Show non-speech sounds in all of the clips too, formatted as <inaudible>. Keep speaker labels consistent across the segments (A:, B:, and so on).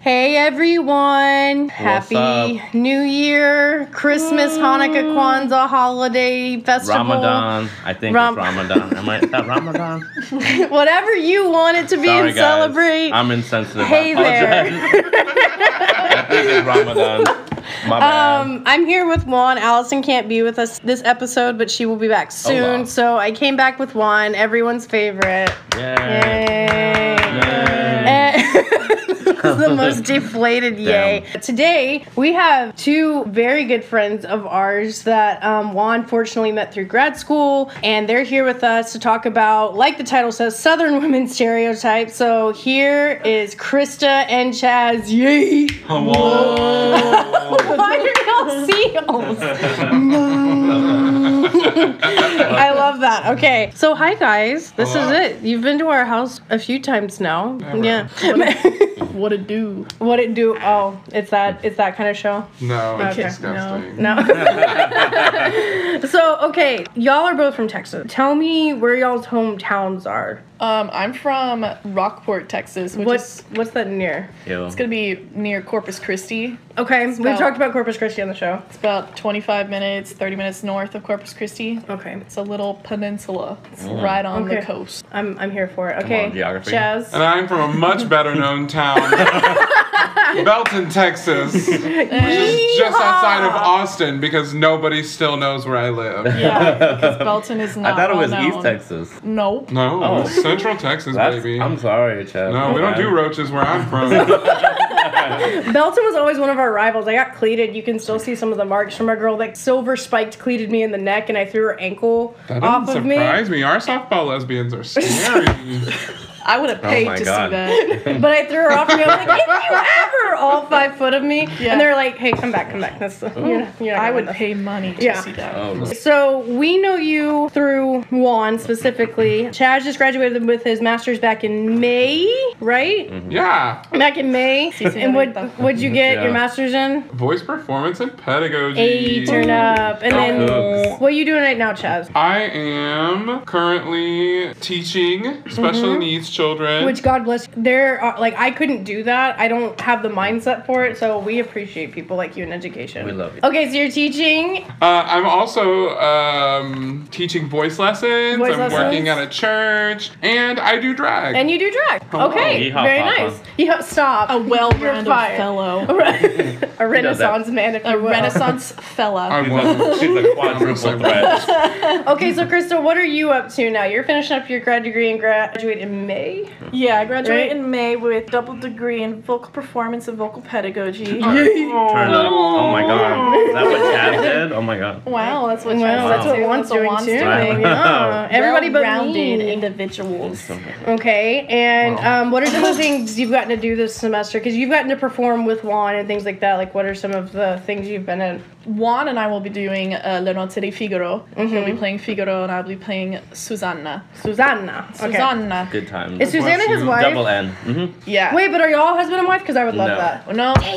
A: Hey everyone! Happy
B: up?
A: New Year, Christmas, Hanukkah, Kwanzaa, holiday festival,
B: Ramadan. I think
A: Ram-
B: it's Ramadan. Am I? Is that Ramadan?
A: <laughs> whatever you want it to be
B: Sorry,
A: and
B: guys.
A: celebrate.
B: I'm insensitive.
A: Hey
B: I apologize. I think it's Ramadan.
A: <laughs>
B: My bad.
A: <laughs> Um, I'm here with Juan. Allison can't be with us this episode, but she will be back soon.
B: Oh, wow.
A: So I came back with Juan, everyone's favorite.
B: yeah.
A: Yay.
B: Yay.
A: Eh, <laughs> this is the most deflated yay. Today, we have two very good friends of ours that um, Juan fortunately met through grad school, and they're here with us to talk about, like the title says, Southern <laughs> women stereotypes. So here is Krista and Chaz. Yay! Why are y'all seals? I love that. Okay. So, hi, guys. This is it. You've been to our house a few times now. Yeah. <laughs>
C: What it do?
A: what it do? Oh, it's that. It's that kind of show.
D: No, it's
A: Okay.
B: <laughs>
D: disgusting.
A: No. so, okay, y'all are both from Texas. Tell me where y'all's hometowns are.
C: Um, I'm from Rockport, Texas, which
A: What's
C: is
A: what's that near?
B: Ew.
C: it's gonna be near Corpus Christi.
A: Okay, we've
C: about-
A: talked about Corpus Christi on the show.
C: It's about 25 minutes, 30 minutes north of Corpus Christi.
A: Okay.
C: It's a little peninsula. It's
B: Oh.
C: right on the
A: Okay.
C: <laughs> coast.
A: I'm I'm here for it. Okay.
B: on, geography.
A: Jazz.
D: And I'm from a much better
A: <laughs>
D: known town, Belton, Texas, which is just outside of Austin because nobody still knows where I live.
B: <laughs>
C: Yeah, because Belton is
B: I
C: not.
B: thought it was
C: well
B: East
C: known.
B: Texas.
C: Nope.
D: No,
B: Oh.
D: it's Central Texas,
B: That's,
D: baby.
B: I'm sorry, Chad.
D: no, we don't do roaches where I'm
B: <laughs>
D: from.
A: Belton was always one of our rivals. I got cleated. You can still see some of the marks from a girl that silver spiked cleated me in the neck, and I threw her ankle
D: That
A: off
D: doesn't
A: of me.
D: surprise me. Our softball lesbians are scary.
A: <laughs>
C: I would have paid
B: Oh my
C: to
B: God.
C: see <laughs> that.
A: But I threw her off me. I was like, if you ever, all five foot of me.
C: Yeah.
A: And they're like, hey, come back, come back. That's, you're, you're
C: I would pay money to
A: Yeah.
C: see that.
B: Oh,
A: So we know you through Juan specifically. Chad just graduated with his master's back in May, right?
D: Mm-hmm. yeah,
A: Back in May. and what would you get your
B: Yeah.
A: master's in?
D: voice performance and pedagogy.
A: A turn up. And then
B: Oogs.
A: what are you doing right now, Chaz?
D: I am currently teaching special
A: Mm-hmm.
D: needs children.
A: Which God bless. There are like I couldn't do that. I don't have the mindset for it. So we appreciate people like you in education.
B: We love you.
A: Okay, so you're teaching.
D: Uh, I'm also um, teaching voice lessons.
A: Voice
D: I'm
A: lessons.
D: working at a church, and I do drag.
A: And you do drag. Okay,
B: Yeehaw,
A: very
B: Papa.
A: nice. Yeah, stop.
C: A well-rounded
A: You're fired.
C: fellow.
A: <laughs>
B: <laughs>
C: Oh,
A: a renaissance man, if
C: A
A: you will.
C: Renaissance
D: I
C: fella.
B: <laughs>
D: was.
B: she's a
D: <laughs>
B: quadruple threat.
A: Okay, so Crystal, what are you up to now? You're finishing up your grad degree and graduate in May.
C: Yeah, I graduated
A: Right?
C: in May with double degree in vocal performance and vocal pedagogy.
B: Turn up. Oh my god. Is that what Chad did? Oh my god.
C: Wow, that's what
A: Wow,
C: Chaz
A: that's
C: is
A: what
C: doing.
A: Juan's doing
C: Juan's
A: too.
B: doing.
A: Yeah. Everybody but
C: rounded
A: me.
C: individuals.
A: Okay, and um, what are some
B: <coughs>
A: of the things you've gotten to do this semester? Because you've gotten to perform with Juan and things like that. Like, what are some of the things you've been in?
C: Juan and I will be doing uh, Le Notte di Figaro.
A: Mm-hmm.
C: He'll be playing Figaro, and I'll be playing Susanna.
A: Susanna. Okay.
C: Susanna.
B: Good times.
A: Is Susanna his
D: you.
A: wife?
B: Double N. Mm-hmm.
C: Yeah. Oh,
A: Wait, but are y'all husband and wife? Because I would love
B: No.
A: that.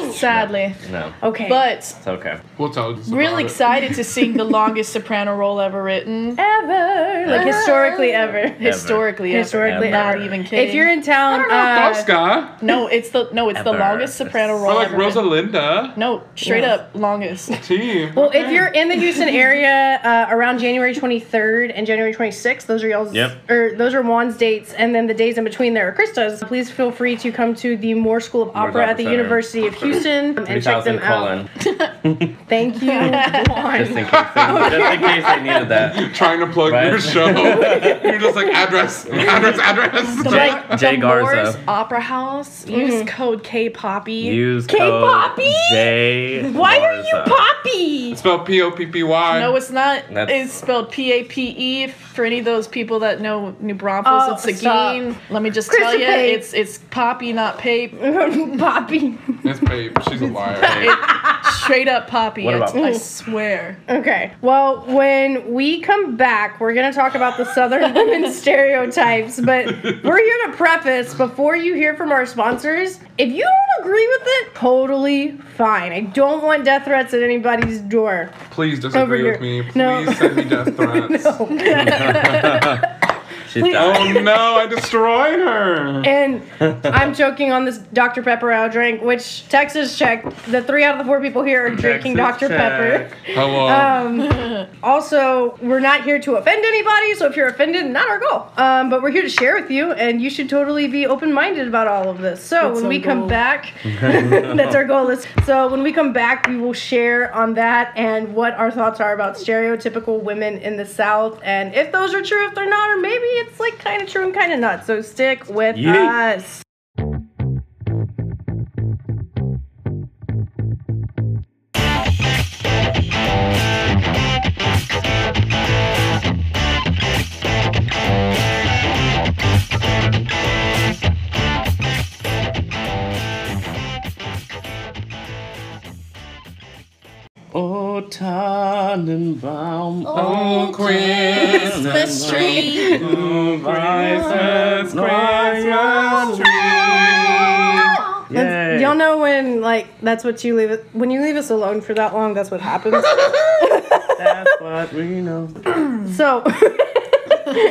C: No, sadly.
B: No,
A: Okay.
C: But
B: it's okay.
D: We'll tell you.
C: really
D: about it.
C: excited to
A: <laughs>
C: sing the longest soprano role ever written.
A: ever, like historically ever,
C: Historically, ever.
A: historically
B: Ever.
A: ever.
C: Not even kidding.
A: If you're in town, uh,
D: Tosca,
C: no, it's the no, it's
B: Ever.
C: the longest soprano
B: Or
C: role
D: or like
C: ever. written.
D: Rosalinda.
C: No, straight
A: Yes.
C: up longest.
D: Team.
A: Well, if you're in the Houston area uh, around January 23rd and January 26th, those are y'all's,
B: Yep.
A: or those are Juan's dates, and then the days in between there are Krista's. Please feel free to come to the Moore School of Opera
B: Opera
A: at the
B: Center.
A: University of Houston um, and check
B: 3000
A: them out.
B: colon.
A: Thank <laughs> you, <laughs>
B: Just in
A: Juan.
B: case, they, just in case they needed that.
D: Trying to plug
B: Right.
D: your show. you're just like address, address, address.
B: Jay-
C: Like,
B: Jay
C: the
B: Garza.
C: Morris Opera House. Use
A: Mm-hmm.
C: code K Poppy.
B: Use
A: K-poppy?
B: code J.
A: Why are you
B: Garza.
A: Poppy?
D: Spelled P O P P
B: <laughs>
D: Y.
C: No, it's not.
B: That's-
C: It's spelled P A P E. For any of those people that know New
A: Oh,
C: Braunfels and Seguin, let me just tell
A: Chrissy
C: you,
A: Pape.
C: it's it's Poppy, not Pape.
A: Poppy.
D: It's Babe. She's a liar.
C: Straight up Poppy.
B: What
C: I-
B: about-
C: I, swear.
A: Okay. Well, when we come back, we're going to talk about the <laughs> Southern women stereotypes, but we're here to preface before you hear from our sponsors. If you don't agree with it, totally fine. I don't want death threats at anybody's door.
D: Please disagree
A: Over
D: with me.
A: here.
D: Please
A: No.
D: send me death threats.
A: No.
B: She She
D: Oh
B: died.
D: no, I
A: <laughs>
D: destroyed her.
A: And I'm choking on this Dr. Pepper ale drink, which Texas check. The three out of the four people here are drinking
B: Texas
A: Dr. Pepper.
B: check.
D: Hello.
A: Also, we're not here to offend anybody, so if you're offended, not our goal. Um, but we're here to share with you, and you should totally be open minded about all of this. So
C: That's
A: when
C: our
A: we come
C: goal. <laughs>
A: back, that's our goal. Is, so when we come back, we will share on that and what our thoughts are about stereotypical women in the South, and if those are true, if they're not, or maybe it's like kind of true and kind of not. So stick with
B: Yeet.
A: us.
B: Oh, Tannenbaum.
D: Oh, Christmas
B: tree.
D: Oh, Christmas, Christmas tree.
A: That's-
B: Yay.
A: Y'all know when like that's what you leave when you leave us alone for that long. That's what happens.
B: That's what we know.
A: So <laughs>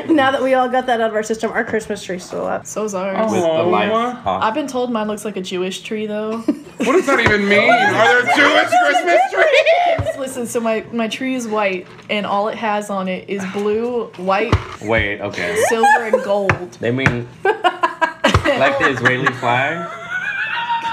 A: now that we all got that out of our system, our Christmas tree's still up.
C: So sorry.
B: With the
D: Oh.
B: lights off.
C: I've been told mine looks like a Jewish tree though.
D: What does that even mean? Are there Jewish Christmas trees?
C: Listen, so my, my tree is white and all it has on it is blue, white,
B: Wait, okay.
C: silver, and gold.
B: They mean like the Israeli flag?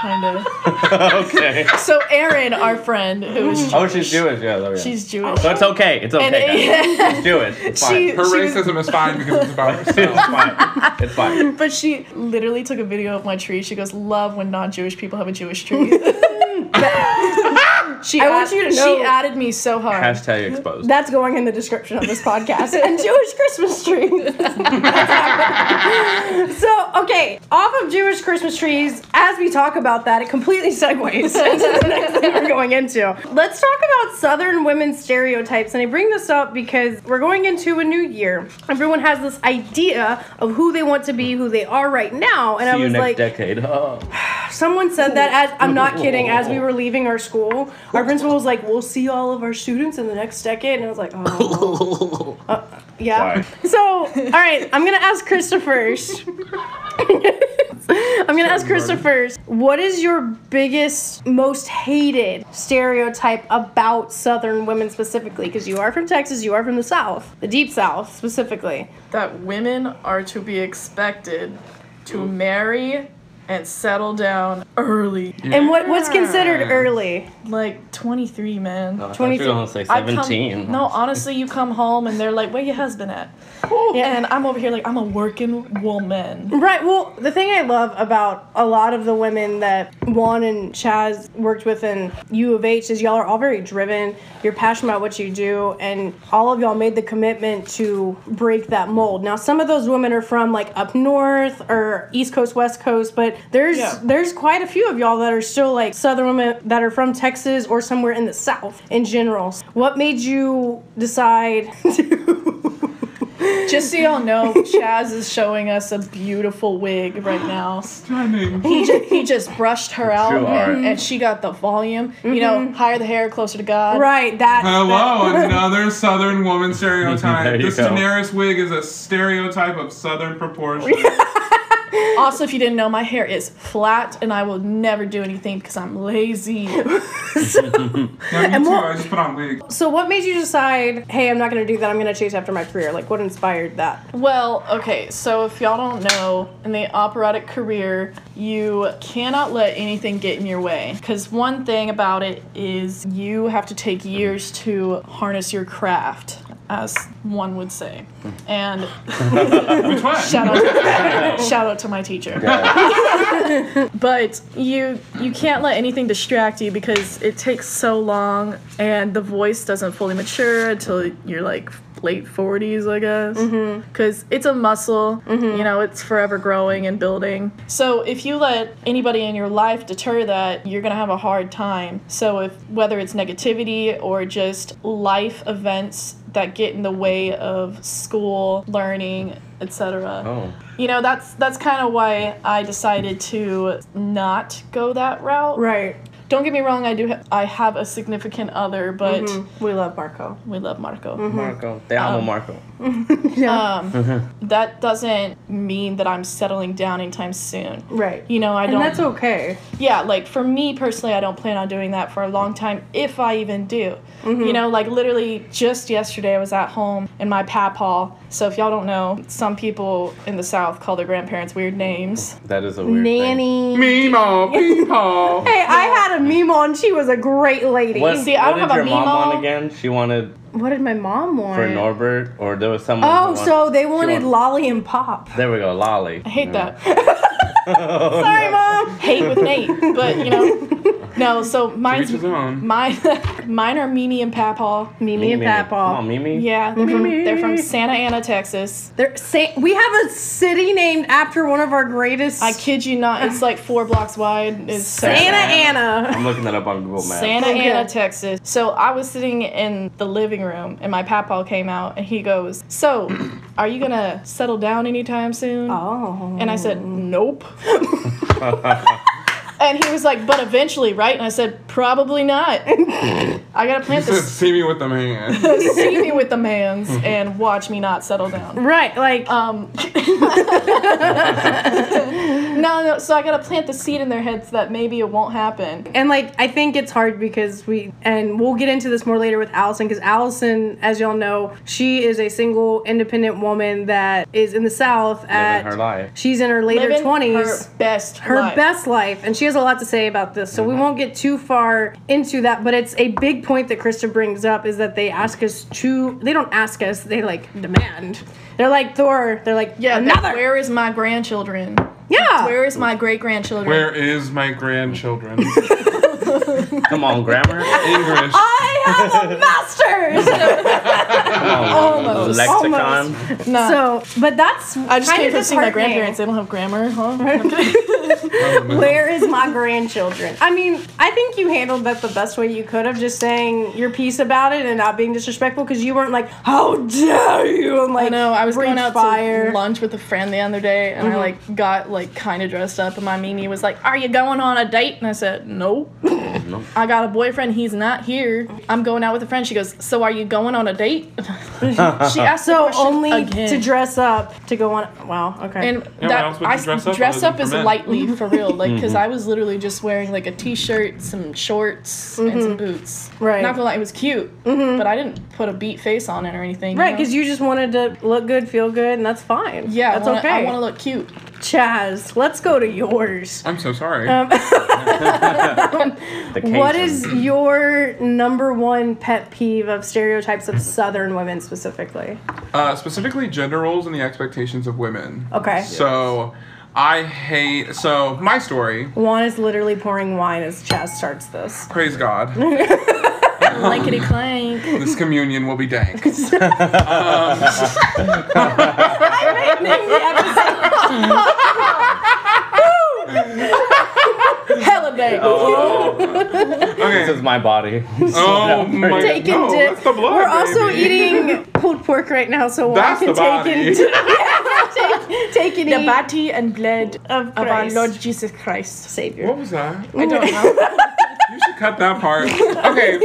C: Kinda.
B: <laughs> okay.
C: So Erin, our friend, who is
B: <laughs> Oh, she's Jewish. Yeah, oh, yeah.
C: she's Jewish.
B: So it's okay. It's
C: And
B: okay. guys.
C: it-
B: It's Jewish. It's fine.
C: she, she
D: Her
C: was-
D: racism is fine because it's about herself.
B: it's fine. It's
C: <laughs>
B: fine.
C: but she literally took a video of my tree. She goes, "Love when non-Jewish people have a Jewish <laughs> tree." she
A: I want you to know-
C: she added me so hard.
B: Hashtag exposed.
A: That's going in the description of this podcast. and Jewish Christmas trees. <laughs> so, okay, off of Jewish Christmas trees, as we talk about that, it completely segues <laughs> into the next thing we're going into. Let's talk about Southern women stereotypes. And I bring this up because we're going into a new year. Everyone has this idea of who they want to be, who they are right now. And I
B: See you
A: was
B: next
A: like,
B: decade. <laughs> Oh.
A: Someone said that as I'm not kidding. As we were leaving our school, our principal was like, "We'll see all of our students in the next decade," and I was like, "Oh, Uh, yeah."
B: <laughs> Why?
A: So, all right, I'm gonna ask Krista <laughs> first. I'm gonna ask Krista first. What is your biggest, most hated stereotype about Southern women specifically? Because you are from Texas, you are from the South, the Deep South specifically.
C: that women are to be expected to marry and settle down early,
A: And what what's considered early?
C: like 23, man.
B: I thought you
A: 23.
B: were gonna say
C: I come-
B: 17.
C: no, honestly, you come home and they're like, "Where your husband at?" And I'm over here like, "I'm a working woman."
A: Right. Well, the thing I love about a lot of the women that Juan and Chaz worked with in U of H is y'all are all very driven. You're passionate about what you do, and all of y'all made the commitment to break that mold. Now, some of those women are from like up north or East Coast, West Coast, but there's
C: Yeah.
A: there's quite a few of y'all that are still like Southern women that are from Texas or somewhere in the South in general. What made you decide <laughs> to?
C: Just so y'all know, Chaz is showing us a beautiful wig right now. He just, he just brushed her out,
B: You are.
C: and she got the volume. You know, higher the hair, closer to God.
A: right. That.
D: Hello, another Southern woman
B: There
D: stereotype.
B: you
D: This
B: go.
D: Daenerys wig is a stereotype of Southern <laughs> proportion.
C: Also, if you didn't know, my hair is flat, and I will never do anything because I'm lazy.
D: Yeah, me
A: And
D: too.
A: what-
D: I just put on wig.
A: So what made you decide, hey, I'm not gonna do that, I'm gonna chase after my career? Like what inspired that?
C: Well, okay, so if y'all don't know, in the operatic career, you cannot let anything get in your way. Because one thing about it is you have to take years to harness your craft, as one would say. And
D: Which one?
C: shout out, shout out to my teacher. <laughs> but you you can't let anything distract you because it takes so long, and the voice doesn't fully mature until you're like late 40s, I guess. Because it's a muscle, you know, it's forever growing and building. So if you let anybody in your life deter that, you're gonna have a hard time. So if whether it's negativity or just life events that get in the way of school, learning, etc.
B: Oh.
C: You know, that's that's kind of why I decided to not go that route.
A: Right.
C: Don't get me wrong, I do ha- I have a significant other, but
A: Mm-hmm. We love Marco.
C: we love Marco.
A: Mm-hmm.
B: Marco. They amo Marco.
A: Uh,
C: Um, That doesn't mean that I'm settling down anytime soon.
A: Right.
C: You know, I
A: and
C: don't.
A: that's okay.
C: yeah, like for me personally, I don't plan on doing that for a long time, if I even do.
A: Mm-hmm.
C: You know, like literally just yesterday, I was at home in my papaw. So if y'all don't know, some people in the South call their grandparents weird names.
B: That is a weird thing.
A: Nanny.
D: Meemaw, <laughs> peepaw.
A: Hey, I had a Meemaw and she was a great lady.
B: What,
C: See,
B: what
C: I don't
B: did
C: have a
B: your mom
C: Mimo.
B: want again? She wanted
A: What did my mom want?
B: for Norbert, or there was someone.
A: Oh,
B: who wanted-
A: so they
B: she
A: wanted Lolly and Pop.
B: There we go, Lolly.
C: I hate
B: <laughs>
C: that. <laughs>
A: Sorry, mom. <laughs>
C: hate with Nate, but you know, no. So
D: Each
C: mine's
D: his <laughs> own.
C: mine. <laughs> mine are Mimi and Papaw.
A: Mimi and
B: Come
A: Papaw.
B: on, Mimi.
C: Yeah, they're from,
A: Mimi.
C: they're from Santa Ana, Texas.
A: They're say- we have a city named after one of our greatest.
C: I kid you not, it's like four blocks wide. It's Santa,
A: Santa
B: Santa
A: Ana.
B: I'm looking that up on Google Maps. <laughs>
C: Santa
A: Okay.
C: Ana, Texas. So I was sitting in the living room, and my Papaw came out, and he goes, "So, are you gonna settle down anytime soon?"
A: Oh.
C: And I said, "Nope." <laughs> and he was like, "But eventually, right?" And I said, "Probably not. I gotta plant
D: Said,
C: this
D: See me with them <laughs> hands.
C: see me with the mans and watch me not settle down.
A: right, like
C: Um, <laughs> no, no. So I gotta plant the seed in their heads that maybe it won't happen.
A: And like I think it's hard because we and we'll get into this more later with Allison because Allison, as y'all know, she is a single independent woman that is in the South at
B: her life.
A: She's in her later
C: Living
A: twenties.
C: her best,
A: Her
C: life.
A: best life, and she has a lot to say about this, so
B: Mm-hmm.
A: we won't get too far into that. But it's a big point that Krista brings up is that they ask us to, they don't ask us, they like demand. They're like Thor, they're like,
C: Yeah. that-
A: another.
C: where is my grandchildren?
A: yeah.
C: Where is my great grandchildren?
D: Where is my grandchildren? <laughs>
B: Come on, grammar.
D: English.
A: I have
B: <laughs>
A: a
C: <laughs>
A: master's!
B: Come on,
C: Almost.
B: Lexicon.
C: No.
A: so, but that's
C: I just
A: kind
C: came
A: of
C: from seeing my
A: disheartening.
C: grandparents. They don't have grammar, huh?
A: Where is my grandchildren? I mean, I think you handled that the best way you could of just saying your piece about it and not being disrespectful because you weren't like, "How dare you!" and like,
C: I know. I was going
A: breathe
C: out
A: fire. Mm-hmm.
C: to lunch with a friend the other day, and I like got like kind of dressed up, and my Mimi was like, "Are you going on a date?" And I said, "No." I got a boyfriend. He's not here. I'm going out with a friend. She goes, "So are you going on a date?" <laughs> she asked the
A: So
C: question
A: only
C: again.
A: to dress up to go on. Wow. Okay.
C: And
D: Yeah, why else
C: that
D: would you
C: I dress
D: dress
C: up,
D: up
C: dress
D: other
C: up
D: than
C: is
D: for
A: <laughs>
D: men?
C: lightly for real, like because I was literally just wearing like a t-shirt, some shorts, and some boots.
A: Mm-hmm. Right. Mm-hmm.
C: Not gonna lie, it was cute, but I didn't put a beat face on it or anything.
A: right, because you just wanted to look good, feel good, and that's fine.
C: Yeah,
A: that's
C: I wanna,
A: okay.
C: I want to look cute.
A: Chaz, let's go to yours.
D: I'm so sorry.
B: The
A: What
B: Cajun.
A: is your number one pet peeve of stereotypes of Southern women specifically?
D: Uh, specifically, gender roles and the expectations of women.
A: Okay.
D: So, I hate. So, my story.
A: Juan is literally pouring wine as Chaz starts this. <laughs>
D: Praise God.
C: Blankety clank.
D: this communion will be dank.
C: <laughs> Hella dank.
B: This
D: Okay.
B: is my
C: <laughs>
B: body.
D: Oh my
A: Taken
D: no,
A: dick.
D: That's the blood,
A: We're also
D: baby.
A: eating pulled pork right now, so
D: That's
A: Juan
D: the
A: can
D: body.
A: take and take, take and
C: The
A: eat.
C: body and blood of, of our
A: Christ.
C: Lord Jesus Christ.
A: Savior.
D: What was that?
A: <laughs>
C: I don't know.
D: You should cut
C: <laughs>
D: that part. Okay.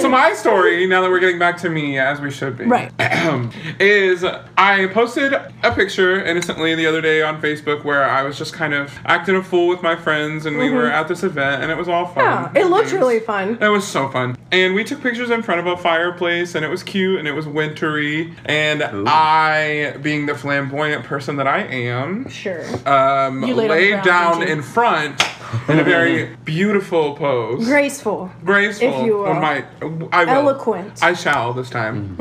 D: so my story, now that we're getting back to me as we should be.
A: Right.
D: <clears throat> is I posted a picture innocently the other day on Facebook where I was just kind of acting a fool with my friends and we were
C: Mm-hmm.
D: at this event and it was all fun.
A: Yeah, it looked
D: was-
A: really fun.
D: It was so fun. And we took pictures in front of a fireplace and it was cute and it was wintry and I being the flamboyant person that I am
A: Sure.
D: um
C: You laid on the ground,
D: down
C: didn't you?
D: in front in
C: <laughs>
D: a very beautiful pose
A: Graceful.
D: graceful.
A: If you
D: or
A: will.
D: might, I will.
A: Eloquent. Mm-hmm.
D: I shall this time.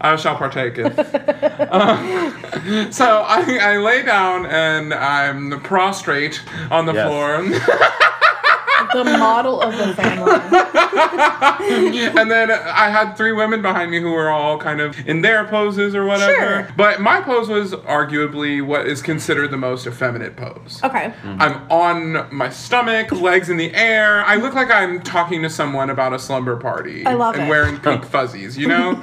D: I shall partake.
A: <laughs>
D: It. Uh, <laughs> so I, I lay down and I'm prostrate on the
B: Yes.
D: floor, <laughs>
C: the model of the family.
D: and then I had three women behind me who were all kind of in their poses or whatever.
A: Sure.
D: But my pose was arguably what is considered the most effeminate pose.
A: Okay.
D: I'm on my stomach, legs in the air. I look like I'm talking to someone about a slumber party.
A: I love
D: and
A: it. <laughs>
D: wearing pink fuzzies, you know?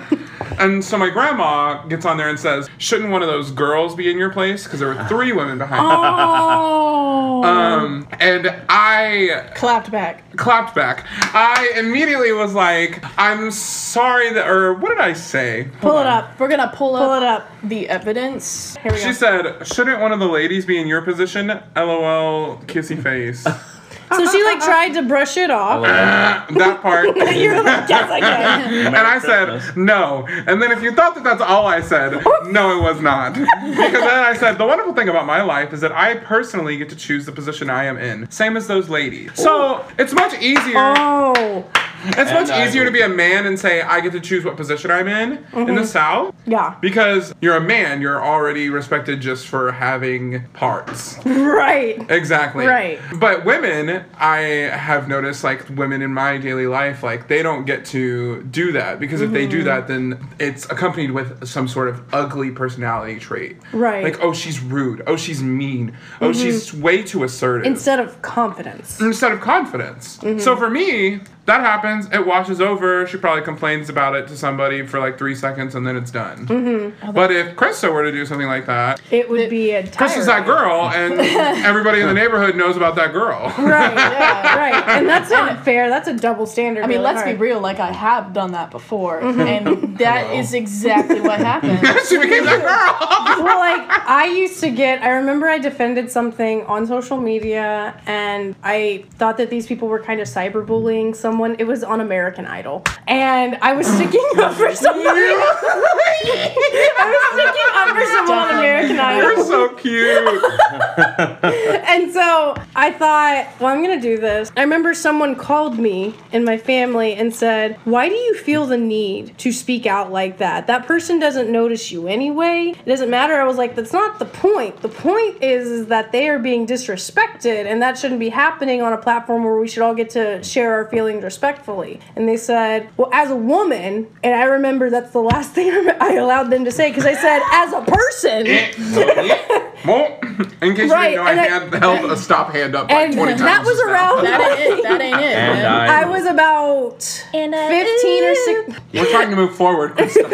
D: And so my grandma gets on there and says, Shouldn't one of those girls be in your place? Because there were three women behind her.
A: Oh.
D: Um, and I
C: Clapped back.
D: clapped back. I immediately was like, I'm sorry that, or what did I say?
A: pull it up. We're gonna pull,
C: Pull
A: up.
C: it up. The evidence.
A: Here we
D: She
A: go.
D: said, Shouldn't one of the ladies be in your position? LOL, kissy
A: <laughs>
D: face.
A: So she like tried to brush it off.
D: that part.
C: You're like, yes, I can.
D: and I said, no. And then if you thought that that's all I said, no, it was not. Because then I said, the wonderful thing about my life is that I personally get to choose the position I am in, same as those ladies. So it's much easier.
A: Oh.
D: It's much
B: And I
D: easier to
B: agree.
D: be a man and say I get to choose what position I'm in in the South
A: Mm-hmm. Yeah.
D: because you're a man. You're already respected just for having parts.
A: Right.
D: Exactly.
A: Right.
D: But women, I have noticed, like women in my daily life, like they don't get to do that because if they
A: Mm-hmm.
D: do that, then it's accompanied with some sort of ugly personality trait.
A: Right. Mm-hmm.
D: Like, oh, she's rude. Oh, she's mean. Oh, she's way too assertive.
A: Instead of confidence.
D: Instead of confidence.
A: Mm-hmm.
D: So for me, that happens. It washes over. She probably complains about it to somebody for like three seconds and then it's done.
A: Mm-hmm. Oh,
D: But if Krista were to do something like that,
A: It would be a
D: Chris is that girl,
A: <laughs>
D: and everybody in the neighborhood knows about that girl.
A: Right, yeah, right. And that's not fair. That's a double standard.
C: I mean, let's be real. Like I have done that before, and that is exactly what happened.
D: she became that girl.
A: well, like I used to get. I remember I defended something on social media, and I thought that these people were kind of cyberbullying someone. It was on American Idol, and I was sticking up for someone. <laughs> I was sticking up for someone on American Idol.
D: You're so cute.
A: And so I thought, well, I'm going to do this. I remember someone called me in my family and said, Why do you feel the need to speak out like that? That person doesn't notice you anyway. It doesn't matter. I was like, That's not the point. The point is, is that they are being disrespected, and that shouldn't be happening on a platform where we should all get to share our feelings respectfully. And they said, Well, as a woman, and I remember that's the last <laughs> thing I allowed them to say because I said, As a person.
D: Well, in case
A: Right,
D: you didn't know, I
A: and I-
D: had held a stop hand up like
A: And
D: 20 times.
A: that was
D: just now.
A: around
C: That ain't it. That ain't it.
B: And uh,
C: man.
B: I,
A: I was about
C: uh,
A: 15 or 6
D: We're trying to move forward. Krista.
A: <laughs>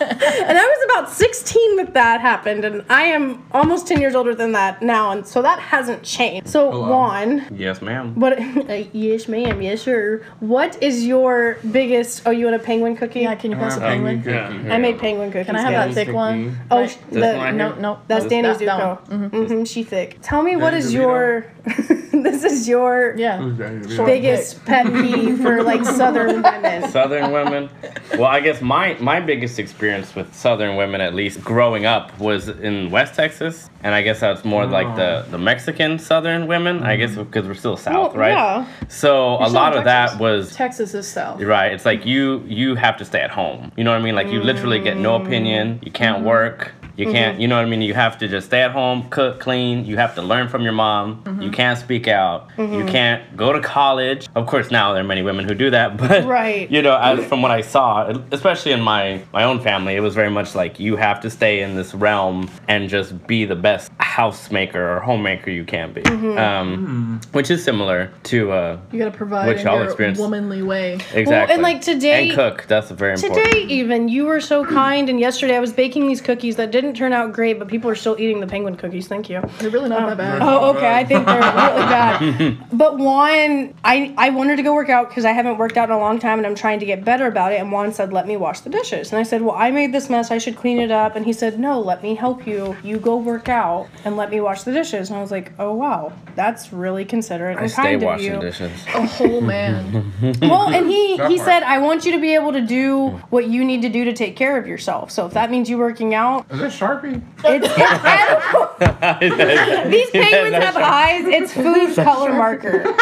A: and I was about 16 when that happened and I am almost 10 years older than that now and so that hasn't changed. So
D: Hello.
A: Juan,
B: Yes, ma'am.
A: what <laughs> uh, yes ma'am, yes sir. What is your biggest Oh, you want a penguin cookie?
C: Yeah, can you pass a
D: Penguin
C: penguin?
D: cookie.
B: Yeah.
A: I made penguin cookies.
C: Can I have
A: guys.
C: that thick one?
A: Oh,
C: Right.
A: sh- the-
B: one right
C: no,
B: here?
C: no.
A: That's
B: This-
A: Danny
C: that- Mm-hmm. that
A: Zuko. Mhm, she thick. Tell me what
D: Danny
A: is
D: DeVito.
A: your <laughs> This is your
C: Yeah.
B: Mm-hmm.
A: biggest pet peeve for
B: <laughs>
A: like southern women.
B: Southern women. Well, I guess my my biggest experience with Southern women, at least growing up, was in West Texas, and I guess that's more like the
C: Ah.
B: the Mexican Southern women. I guess
C: Mm-hmm.
B: because we're still South,
A: Well,
B: right?
A: yeah.
B: So a
C: still
B: lot
C: in
B: of
C: Texas.
B: that was
C: Texas is south.
B: Right. It's like you you have to stay at home. You know what I mean? Like you literally get no opinion. You can't work. You can't. You know what I mean? You have to just stay at home, cook, clean. You have to learn from your mom. You can't speak out. You can't go to college. Of course, now there are many women who do that, <laughs> but
A: Right.
B: You know, as, from what I saw, especially in my my own family, it was very much like you have to stay in this realm and just be the best housemaker or homemaker you can be. Um, which is similar to uh,
C: You gotta provide
B: Which
C: in
B: y'all
C: your
B: experienced.
C: womanly way.
B: Exactly.
A: and, like, today-
B: and cook. That's very important.
A: Today, even you were so kind, and yesterday I was baking these cookies that didn't turn out great, but people are still eating the penguin cookies. Thank you.
C: They're really not that bad.
A: Oh, okay. I think they're
B: <laughs>
A: really bad. But Juan, I, I wanted to go work out because I haven't worked out in a long time and I'm trying to get better about it. And Juan said, Let me wash the dishes. And I said, Well, I made this mess. I should clean it up. And he said, No, let me help you. You go work out and let me wash the dishes. And I was like, Oh, wow. That's really considerate and
B: I stay
A: kind of
B: washing
A: you. Oh.
B: dishes. <laughs>
C: A whole man.
A: Well, and he
D: That
A: he
D: part.
A: said, I want you to be able to do what you need to do to take care of yourself. So if that means you working out,
D: Is that Sharpie?
A: it's, it's edible. <laughs>
B: <laughs>
A: These penguins
B: that's
A: have eyes. It's food color marker.
B: <laughs>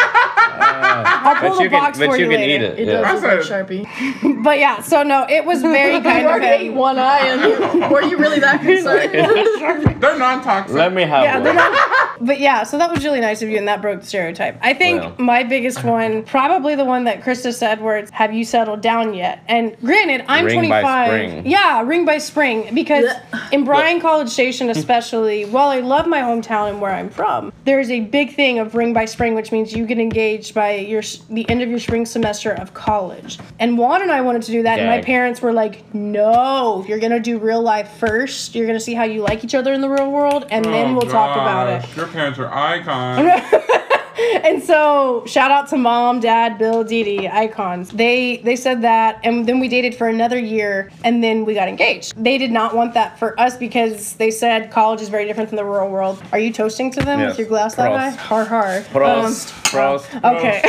A: I'll pull
B: but
A: the
B: you can,
A: box
B: but
A: for
B: you
A: you,
B: can eat
A: later.
B: it.
C: It
B: yeah.
C: does look like Sharpie.
A: But yeah, so no, it was
B: <laughs>
A: very kind
C: You
A: of
C: already ate
A: him.
C: one <laughs> eye, and were you really that concerned?
D: They're non toxic.
B: Let me have
A: Yeah,
B: one.
A: they're not, But yeah, so that was really nice of you, and that broke the stereotype. I think
B: Well.
A: my biggest
B: <laughs>
A: one, probably the one that Krista said, where it's "Have you settled down yet?" And granted, I'm
B: Ring by
A: 25.
B: spring.
A: Yeah, ring by spring, because in Bryan College Station, especially, while I love my hometown and where I'm from, there is a big thing of ring by spring, which means you get engaged by your s- the end of your spring semester of college. And Juan and I wanted to do that, and my
B: Dag.
A: parents were like, "No, you're gonna do real life first. You're gonna see how you like each other in the real world, and
B: Oh,
A: then Oh, we'll talk about it."
D: Your parents are
A: <laughs>
D: icons.
A: And so, shout out to mom, dad, Bill, Dee Dee, icons. They they said that, and then we dated for another year, and then we got engaged. They did not want that for us because they said college is very different than the rural world. Are you toasting to them with
B: Yes.
A: your glass that high?
B: Prost.
A: Har har.
B: Prost, prost.
A: Um, okay.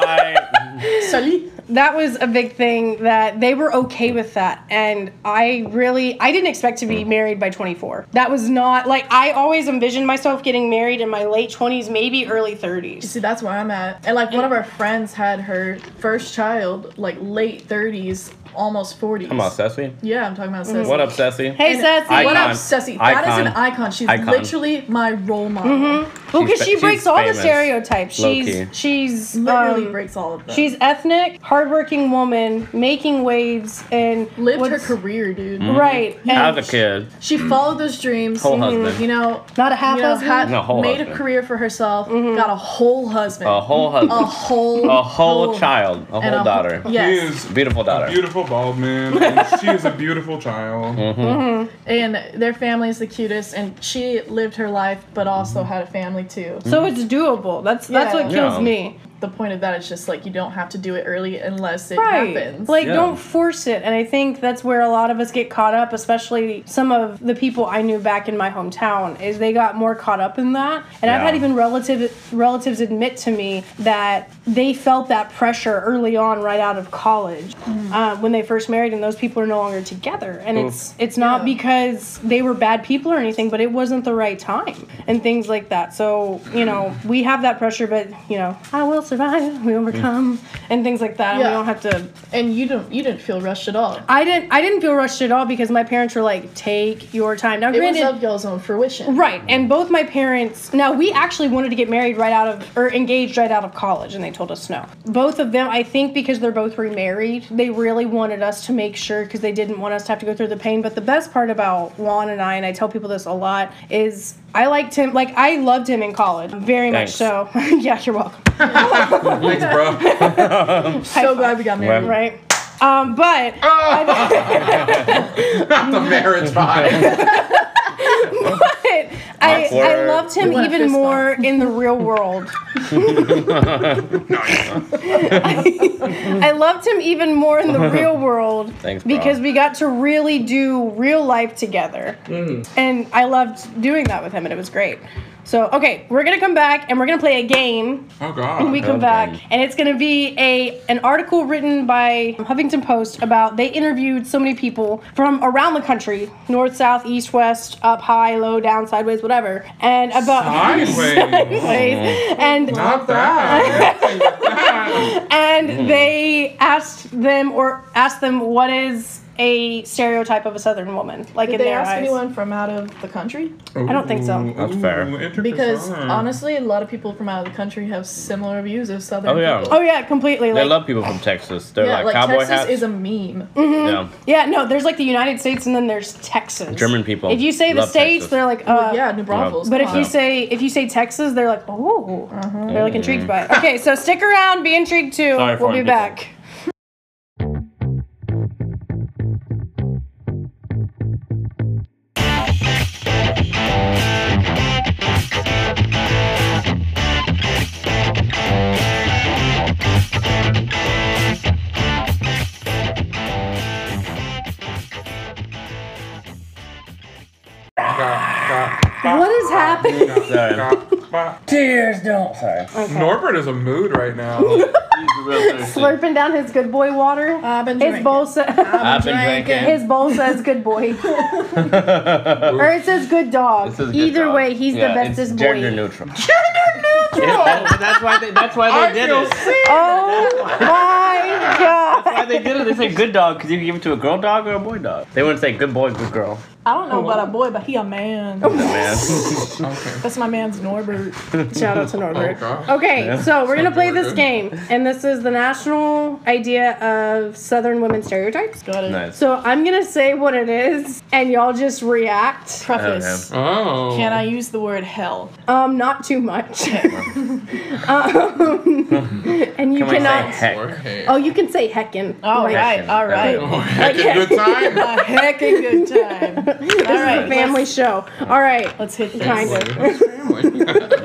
B: Goodbye.
C: Salut.
A: that was a big thing that they were okay with that and i really i didn't expect to be
B: Mm.
A: married by 24 that was not like i always envisioned myself getting married in my late 20s maybe early 30s
C: See, that's where I'm at. And like one of our friends had her first child like late 30s, almost 40s.
B: Come on, Ceci.
C: Yeah, I'm talking about
A: Mm-hmm.
C: Ceci.
B: What up, Ceci?
A: hey
C: And-
A: Seth,
B: I-
C: What up,
B: Icon.
C: Ceci? That is an
B: Icon.
C: icon. She's
B: Icon.
C: literally my role model.
A: because
B: fa-
A: she
B: she's
A: breaks all the
B: famous.
A: stereotypes she's
B: Low-key.
A: she's
C: Literally
A: um,
C: breaks all of them.
A: she's ethnic hardworking woman making waves and
C: lived her
A: what's-
C: career, dude.
A: right and
B: How's a kid?
C: She followed those dreams.
B: Mm-hmm. Whole
C: Mhm.
B: husband.
C: You know,
A: not a half
C: you know,
A: husband. Mm-hmm.
C: had,
B: No, whole
C: made a
B: husband.
C: career for herself, got a whole husband,
B: A whole husband.
C: a whole,
B: <laughs> a whole child, a
C: and
B: whole daughter,
D: He
C: Yes,
D: is
B: beautiful
D: a
B: daughter.
D: beautiful bald man. and she is a beautiful child.
B: <laughs>
C: and their family is the cutest, and she lived her life, but
B: Mm-hmm.
C: also had a family too.
A: so it's doable that's that's
C: Yeah.
A: what kills
B: Yeah.
A: me
C: The point of that is just like you don't have to do it early unless it happens.
A: Like,
B: Yeah.
A: don't force it. And I think that's where a lot of us get caught up, especially some of the people I knew back in my hometown, is they got more caught up in that. And I've
B: Yeah.
A: had even relative relatives admit to me that they felt that pressure early on, right out of college,
C: Mm.
A: uh, when they first married, and those people are no longer together. And it's it's not
C: Yeah.
A: because they were bad people or anything, but it wasn't the right time and things like that. So you know, we have that pressure, but you know, I will survive. We overcome,
B: Mm.
A: and things like that.
C: Yeah.
A: And we don't have to
C: and you don't you didn't feel rushed at all.
A: I didn't I didn't feel rushed at all because my parents were like, take your time. Now
C: It was of
A: granted
C: y'all's own fruition.
A: Right, and both my parents. Now we actually wanted to get married right out of, or engaged right out of college, and they told us no. Both of them, I think, because they're both remarried, they really wanted us to make sure because they didn't want us to have to go through the pain. But the best part about Juan and I, and I tell people this a lot, is I liked him. Like I loved him in college, very
B: Thanks.
A: much so. <laughs> yeah, you're welcome.
D: Thanks, bro. <laughs>
C: So glad Oh, we got married.
B: Right.
A: Right. Um, but
D: Not the
A: <laughs>
D: marriage vibe.
A: it. <laughs> I, I
B: Awkward.
A: loved him
C: We went
A: even
C: fist
A: more in the real
B: <laughs>
A: world. I loved him even more in the
B: <laughs>
A: real world
B: Thanks, bro.
A: because we got to really do real life together.
C: Mm.
A: And I loved doing that with him, and it was great. So, okay, we're gonna come back and we're gonna play a game
D: Oh
A: when we
D: god.
A: come
B: Okay.
A: back, and it's going to be a an article written by Huffington Post about they interviewed so many people from around the country, north, south, east, west, up, high, low, down, sideways, whatever, and about <laughs>
D: Sideways.
A: sideways,
B: Mm-hmm.
A: and <laughs>
D: Not that.
A: and
B: Mm-hmm.
A: they asked them or asked them what is a stereotype of a southern woman like
C: Did
A: in
C: they
A: their
C: ask
A: eyes.
C: anyone from out of the country?
D: I
A: don't think so.
B: Mm, That's fair.
D: Mm,
C: Because honestly, a lot of people from out of the country have similar views of
B: Oh,
C: Southern
B: yeah.
C: people.
A: Oh yeah, completely.
B: They
A: like,
B: love people from Texas. They're
C: Yeah,
B: like,
C: like
B: cowboy
C: Texas
B: hats.
C: is a meme.
A: <laughs>
B: yeah.
A: yeah, no. There's like the United States, and then there's Texas.
B: German people.
A: If you say the
B: love
A: states,
B: Texas.
A: they're like, uh,
C: yeah, New Braunfels.
A: But if
C: come
A: you
C: on.
A: say if you say Texas, they're like, oh, they're like intrigued by it. Okay, so stick around, be intrigued too.
B: Sorry for
A: we'll be
B: intriguing.
A: back. What is happening?
B: Tears don't.
A: <laughs>
B: Sorry.
D: Norbert is a mood
C: <laughs>
D: right now.
A: Slurping down his good boy water.
B: Uh,
C: I've been
A: His
C: drinking.
A: bowl sa-
B: I've been drinking.
A: <laughs> his bowl says good
B: <laughs>
A: boy, or it says good dog.
B: This is a good
A: Either
B: job.
A: way, he's
B: Yeah,
A: the
B: it's
A: bestest boy.
B: Gender neutral. Gender neutral. that's why they. That's why
D: I
B: they did
D: feel
B: it.
D: sick.
A: Oh my god!
B: <laughs> Why they did it? They say good dog because you can give it to a girl dog or a boy dog. They wouldn't say good boy, good girl.
C: I don't know about a boy, but he a man.
B: man.
D: Okay.
C: That's my man's Norbert.
A: Shout out to Norbert.
D: Oh, gosh.
A: okay,
B: Yeah.
A: so we're gonna play
D: really
A: this
D: good.
A: game, and this is the national idea of Southern women stereotypes.
C: Got it.
B: nice.
A: So I'm gonna say what it is, and y'all just react.
C: Preface.
D: Oh.
C: Can I use the word hell?
A: Um, not too
B: <laughs>
A: much. <laughs> um, and you
B: Can we say
A: cannot.
B: heck?
D: Or hey.
A: oh, you can say heckin.
C: All
A: Like,
C: right, all right.
D: Oh, heck,
A: Okay.
D: a
C: <laughs>
D: good time.
C: A heck of a good time.
A: <laughs> This is a
C: right,
A: family show. All right.
C: Let's hit this.
A: Kind of.
D: That's family.
A: <laughs>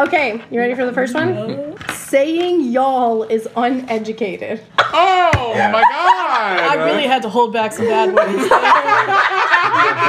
A: Okay, you ready for the first one? Saying y'all is uneducated.
D: <laughs> oh
B: Yeah.
D: my god.
C: I really had to hold back some bad words. <laughs>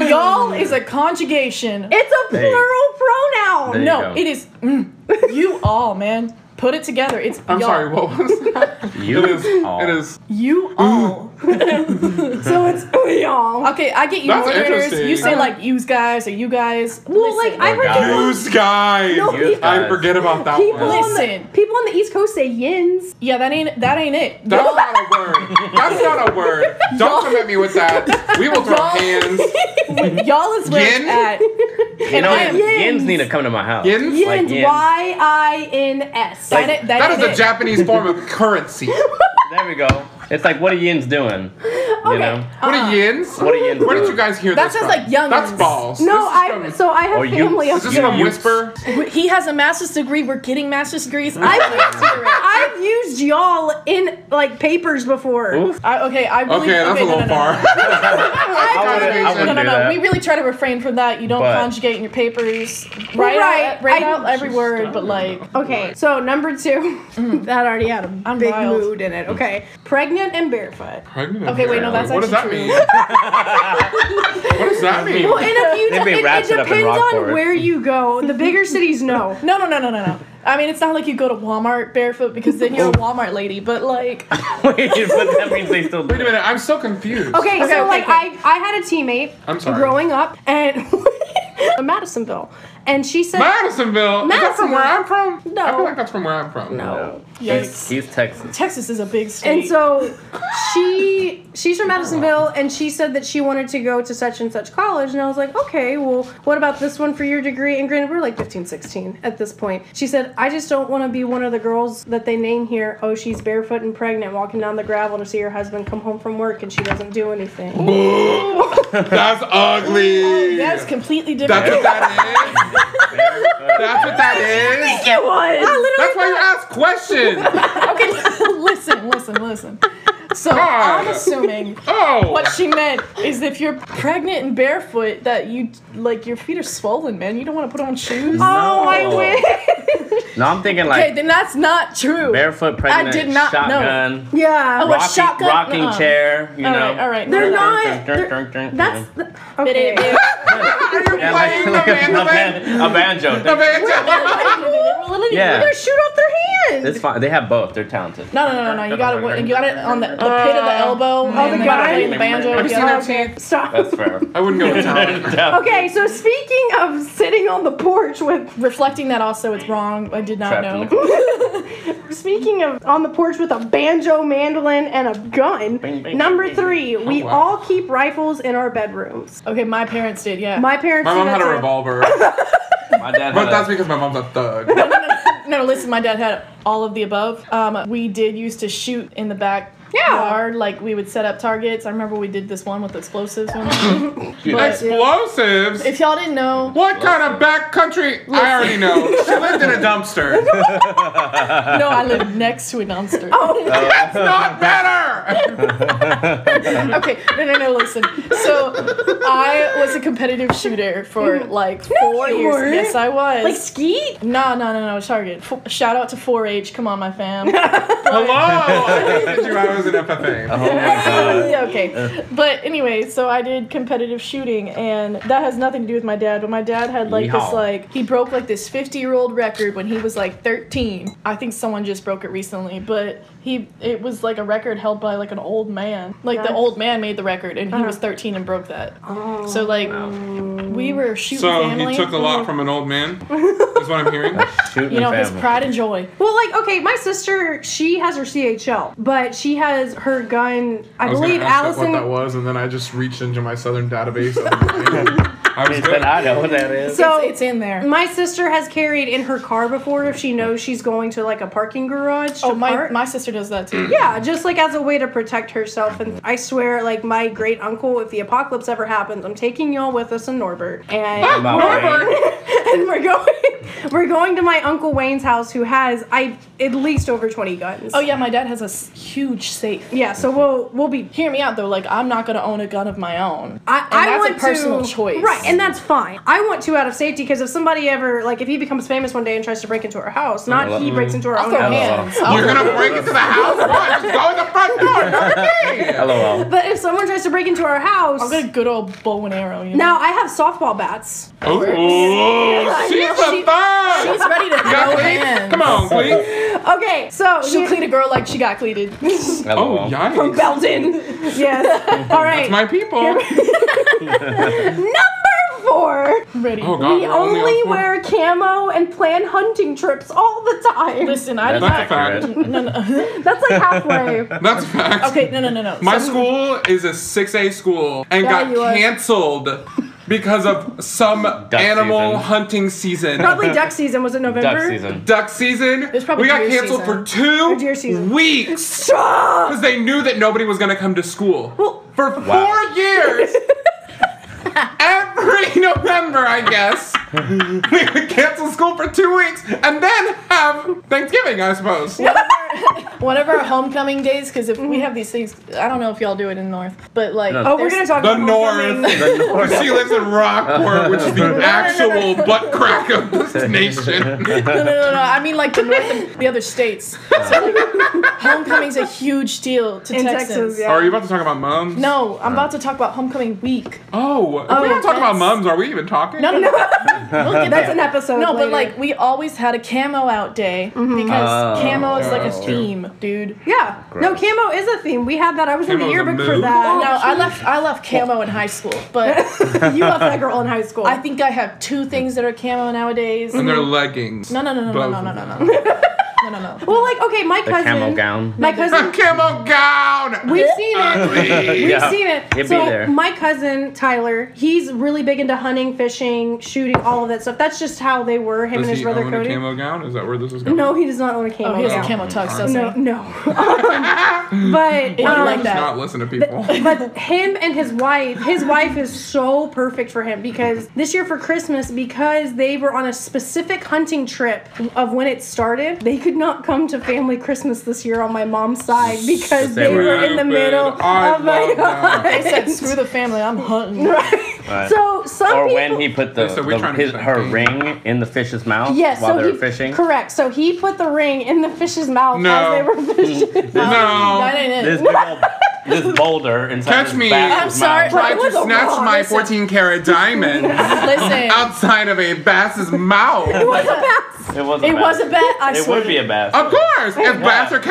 C: Y'all is a conjugation.
A: It's a
B: Hey.
A: plural pronoun.
B: There you
C: no,
B: go.
C: it is mm, you all, man. Put it together. It's
D: <laughs> I'm
C: y'all.
D: sorry. What was that?
B: You
D: It is.
B: all.
D: It is.
C: You all.
A: <laughs> So it's y'all.
C: Okay, I get you
D: That's
C: Northerners.
D: interesting.
C: You say like yous guys or you guys.
A: Well, like
C: Listen,
A: I heard
B: guys.
A: people,
D: Use guys.
A: No,
B: You
A: people-
D: I
B: guys.
D: forget about that
A: people
D: one.
A: on the
C: Listen.
A: people on the East Coast say
C: <laughs>
A: yins.
C: yeah, that ain't that ain't it.
D: That's not a word. That's not a word. Don't come at me with that. We will throw
C: Y'all-
D: hands.
C: Y'all is where it's
D: Yin?
C: at.
B: You know,
C: I am
B: yins
A: yins.
B: need to come to my house.
D: Yin?
A: Yins.
B: Like yin.
A: Y I N S.
C: That, it, that,
D: That is
C: ain't
D: a
C: it.
D: Japanese
C: <laughs>
D: form of currency.
B: There we go. It's like, what are yins doing? You know?
D: What are yins?
B: What are yins
D: Where did
B: doing?
D: you guys hear
C: Uh-huh. That
D: this
C: sounds
D: from?
C: like youngins.
D: That's balls.
A: No,
D: This is
A: I.
D: from-
A: So I have
B: Or you-
A: family.
B: is
A: of-
D: Is this
B: you
D: from
B: use-
C: <laughs>
D: Whisper?
C: He has a master's degree. We're getting master's degrees.
A: I've
C: I,
A: used, I've used y'all in like papers before.
B: Oof.
C: I okay. I really,
D: Okay, that's
C: no,
D: a little
C: no, no,
D: far.
C: No,
B: I
D: <laughs>
B: wouldn't, I
C: no,
B: wouldn't
C: no,
B: do
C: no.
B: that.
C: We really try to refrain from that. You don't
B: But-
C: conjugate in your papers. Write
A: Right,
C: out, write
A: I-
C: out every word, but like
A: Okay, so number two, <laughs>
D: Mm-hmm.
A: that already had a
C: I'm
A: big
C: wild.
A: mood in
B: Mm.
A: it. Okay, pregnant and barefoot.
D: Pregnant
C: Okay, wait, no, that's
D: What does that
C: actually
D: mean? what <laughs> does that mean?
A: Well, and
B: <laughs>
A: if you,
B: They've been
A: it,
B: wrapped
A: it
B: it up in
A: depends on
B: Rockport.
A: where you go. The
B: <laughs>
A: bigger cities, no.
C: no, no, no, no, no, no. I mean, it's not like you go to Walmart barefoot because then
D: Oh.
C: you're a Walmart lady. But like,
B: <laughs> Wait, but that means they still do
D: Wait a minute, I'm so confused.
A: Okay,
C: Okay,
A: so
C: okay,
A: like
C: okay.
A: I, I had a teammate
D: I'm sorry.
A: growing up and <laughs> Madisonville, and she said
D: Madisonville. Is that from where I'm from?
A: No.
D: I feel like that's from where I'm from.
A: no.
B: He's,
C: yikes.
B: he's Texas.
C: Texas is a big state.
A: And so she she's from Madisonville and she said that she wanted to go to such and such college and I was like, "Okay, well, what about this one for your degree?" And granted, we're like 15, 16 at this point. She said, "I just don't want to be one of the girls that they name here. Oh, she's barefoot and pregnant walking down the gravel to see her husband come home from work and she doesn't do anything."
D: Boo. <laughs> that's ugly.
C: that's completely different.
D: That's what that is. That's what that is.
A: It was.
D: That's why you
C: <laughs>
D: ask questions.
C: Okay, listen, listen, listen. So
D: God.
C: I'm assuming
D: Oh.
C: what she meant is if you're pregnant and barefoot, that you like your feet are swollen, man. You don't want to put on shoes.
A: Oh, I
B: No.
A: wish.
B: No, I'm thinking
C: Okay,
B: like
C: then that's not true. <laughs>
B: barefoot pregnant,
C: did not know.
B: shotgun,
A: <laughs> Yeah.
C: What,
B: rocky-
C: shotgun?
B: rocking
C: Nuh-uh.
B: chair, you
C: all
B: know.
C: right, all right.
A: They're
C: no,
A: not.
C: no, no.
B: Dun,
A: they're-
B: dun, dun, dun,
A: That's
B: dun.
A: the,
C: It
A: okay. <laughs>
C: is- it is-
D: Are
B: <laughs>
D: you
B: Yeah, like,
D: playing
B: like <laughs> a, a,
D: the
B: ban-
D: mandolin?
B: a banjo.
D: The
B: They're-
D: banjo?
B: Yeah.
A: They're gonna shoot off their hands.
B: It's fine. They have both. They're talented.
C: No, no, no, no, no. You got it. You got it on the, the pit of the elbow.
A: Oh, the
C: and
A: guy?
C: playing the banjo.
D: Have you seen
C: together.
D: their teeth?
A: Stop. <laughs>
B: That's fair. <laughs>
D: I wouldn't go with talent.
A: Okay, so speaking of sitting on the porch with,
C: Reflecting that also, it's wrong. I did not
B: Trapped in
C: know.
B: the
A: <laughs>
B: car.
A: speaking of on the porch with a banjo, mandolin, and a gun.
B: Bing, bing,
A: number
B: bing, bing.
A: three, we
D: Oh, wow.
A: all keep rifles in our bedrooms.
C: <laughs> Okay, my parents did. Yeah.
A: My parents.
D: My
A: do
D: mom
A: that
D: had a
A: too. <laughs>
D: revolver,
B: My dad
D: but that's
B: had a,
D: because my mom's a thug.
C: No, no, listen, my dad had all of the above. Um, we did used to shoot in the back
A: Yeah.
C: yard, like we would set up targets. I remember we did this one with explosives one time. but
D: Explosives?
C: if y'all didn't know,
D: What kind of backcountry? I already know. She lived in
A: <laughs>
D: a dumpster.
C: no, I lived next to a dumpster.
A: Oh,
D: That's
A: <laughs>
D: not better.
C: Oh, Okay, no, no, no, listen. So I was a competitive shooter for like four
A: you
C: years.
A: weren't.
C: Yes, I was.
A: Like skeet.
C: no, no, no, no, Target. F- shout out to 4-H. Come on, my fam.
D: Hello. I hated you. I was an FFA.
B: oh my god.
C: Yeah, <laughs>
B: uh.
C: okay. But anyway, so I did competitive shooting, and that has nothing to do with my dad. But my dad had like
B: Yeehaw.
C: this, like he broke like this 50 year old record when he was like 13. I think someone just broke it recently, but He it was like a record held by like an old man. Like
A: Nice.
C: the old man made the record and he was 13 and broke that.
A: Uh-huh. Oh. Mm-hmm.
C: So like we were shooting
D: So
C: family.
D: he took a lot from an old man.
A: <laughs>
D: is what I'm hearing.
B: Shooting
C: you know his
B: family.
C: pride and joy.
A: Well, like, okay, my sister, she has her CHL, but she has her gun. I,
D: I was
A: believe
D: gonna ask that
A: Allison.
D: what that was, and then I just reached into my southern
A: <laughs>
D: database. of I was
B: But
D: good.
B: I know what that is.
A: So Mm-hmm.
C: it's, it's in there.
A: my sister has carried in her car before if she knows she's going to like a parking garage. To
C: Oh my
A: park.
C: my sister does that too.
A: Yeah, just like as a way to protect herself. And I swear, like my great uncle, if the apocalypse ever happens, I'm taking y'all with us and Norbert, and
B: My way.
A: <laughs> and we're going, we're going to my uncle Wayne's house, who has I at least over 20 guns.
C: Oh yeah, my dad has a s- huge safe.
A: yeah. So we'll we'll be.
C: Hear me out though, like I'm not gonna own a gun of my own.
A: I,
C: and
A: I
C: that's
A: want
C: a personal
A: to,
C: choice.
A: right? And that's fine. I want to out of safety because if somebody ever like if he becomes famous one day and tries to break into our house, not
B: well,
A: he breaks into our
C: I'll
A: own
C: throw
A: house.
C: hands.
B: Hello.
C: I'll
D: You're
C: throw-
D: gonna break into the house? Why? Just go in the front door. Have a key.
B: LOL.
A: But if someone tries to break into our house,
C: I'll get a good old bow and arrow. You know?
A: now I have softball bats.
D: Oh, she's
A: Yeah, she-
D: a thug.
C: She's
D: <laughs>
C: ready to
D: Got
C: throw
D: cleats?
C: hands.
D: Come on, please.
A: Okay, so
C: She'll cleat a girl like she got cleated.
A: <laughs>
D: Oh,
B: LOL.
D: yikes.
A: Belden.
C: <laughs>
A: yes. All right.
D: My people.
A: Number four.
C: ready.
D: Oh
A: We
D: God, we're
A: only,
D: only on four.
A: wear camo and plan hunting trips all the time.
C: Listen, I did
B: That's
C: not.
D: fact.
B: accurate.
C: No, no.
A: That's like
B: <laughs>
A: halfway.
D: That's a fact.
C: okay, no, no, no, no.
D: My
C: Some-
D: school is a 6A school and
A: Yeah, you are.
D: got canceled because of some animal
B: season.
D: hunting season.
A: Probably duck season was in November.
B: Duck season.
D: Duck season.
C: It's probably
D: we got
C: deer
D: canceled
C: season.
D: for two
A: Or deer season.
D: weeks
A: Stop.
D: because they knew that nobody was going to come to school.
A: Well,
D: for four
C: <laughs>
D: years, every November, I guess, we would cancel school for two weeks and then have Thanksgiving, I suppose.
C: Whenever our homecoming days, because if we have these things, I don't know if y'all do it in North, but like,
B: No.
A: Mm-hmm. Oh, we're
C: there's-
A: gonna talk
D: The
A: about homecoming.
D: North. She lives in Rockport, which is <laughs> the actual butt crack of <laughs> this nation.
C: No, no, no,
D: <laughs>
C: no. I mean like the North, and the other states. So, like, homecoming's a huge deal to
A: in
C: Texas.
A: Texas. yeah.
D: Are you about to talk about mums?
C: No, I'm about to talk about homecoming week.
D: Oh,
C: Oh,
D: we're not talking about
C: that's-
D: mums. Are we even talking?
C: No, no, no. <laughs> We'll get
A: That's
C: there.
A: an episode. later.
C: No,
A: Mm-hmm.
C: but like we always had a camo out day because
B: Oh.
C: camo is like a
D: That's true.
C: theme, dude.
A: yeah. No,
B: Gross.
A: camo is a theme. We had that. I was in the
D: Camo's a
A: yearbook for
D: mood.
A: that.
C: No, I left I left camo in high school, but
A: <laughs> you left that girl in high school.
C: I think I have two things that are camo nowadays.
A: Mm-hmm.
D: And
C: No,
D: their leggings.
C: no, no, no, no,
D: Both
C: no, no,
D: of
C: no,
D: them.
C: no, no,
A: <laughs>
C: no, no.
A: well, like okay, my
B: The
A: cousin.
B: camo gown.
C: <laughs>
A: My
D: A
A: cousin.
D: <laughs> camo gown.
A: We've seen it.
B: <laughs>
D: Ugly. <laughs>
A: We've
B: Yeah.
A: seen it.
B: It'd be
A: so
B: there.
A: my cousin Tyler, he's really big into hunting, fishing, shooting, all of that stuff. That's just how they were. Him
D: Does
A: and his
D: he
A: brother
D: own a
A: Cody.
D: camo gown? Is that where this is going?
A: No, he does not own a camo.
C: Oh, he has
A: now.
C: a camo tux, doesn't
A: No, <laughs>
C: he?
A: no. but
C: You
A: um,
C: like
D: Let's
C: that.
D: not listen to people.
A: <laughs> but him and his wife, his wife is so perfect for him because this year for Christmas, because they were on a specific hunting trip of when it started, they could not come to family Christmas this year on my mom's side because they
B: They
A: were in the
D: Stupid.
A: middle
D: I
A: of my <laughs>
D: love that.
C: I said screw the family, I'm hunting.
B: Right.
A: So some
B: or
A: people,
B: when he put the,
D: So we're
B: the-
D: trying to
B: his,
D: do
B: her
D: something.
B: ring in the fish's mouth
A: Yes,
B: while
A: so
B: they were
A: he,
B: fishing.
A: Correct. So he put the ring in the fish's mouth
D: No.
A: as they were fishing.
B: <laughs>
C: That
D: no.
C: ain't
B: This
C: <laughs> it.
B: big old, this boulder inside
D: Catch
B: his
D: me.
B: back
D: I'm
B: his
C: sorry.
B: mouth.
D: Tried to
A: What a
D: snatch
A: wrong-
D: my
C: listen.
D: 14 karat diamond
C: Listen,
D: outside of a bass's mouth.
B: It was a
C: it
B: bass.
C: was a bet. I
B: It
C: swear.
B: would be a bass.
D: Of course, if bass or
B: This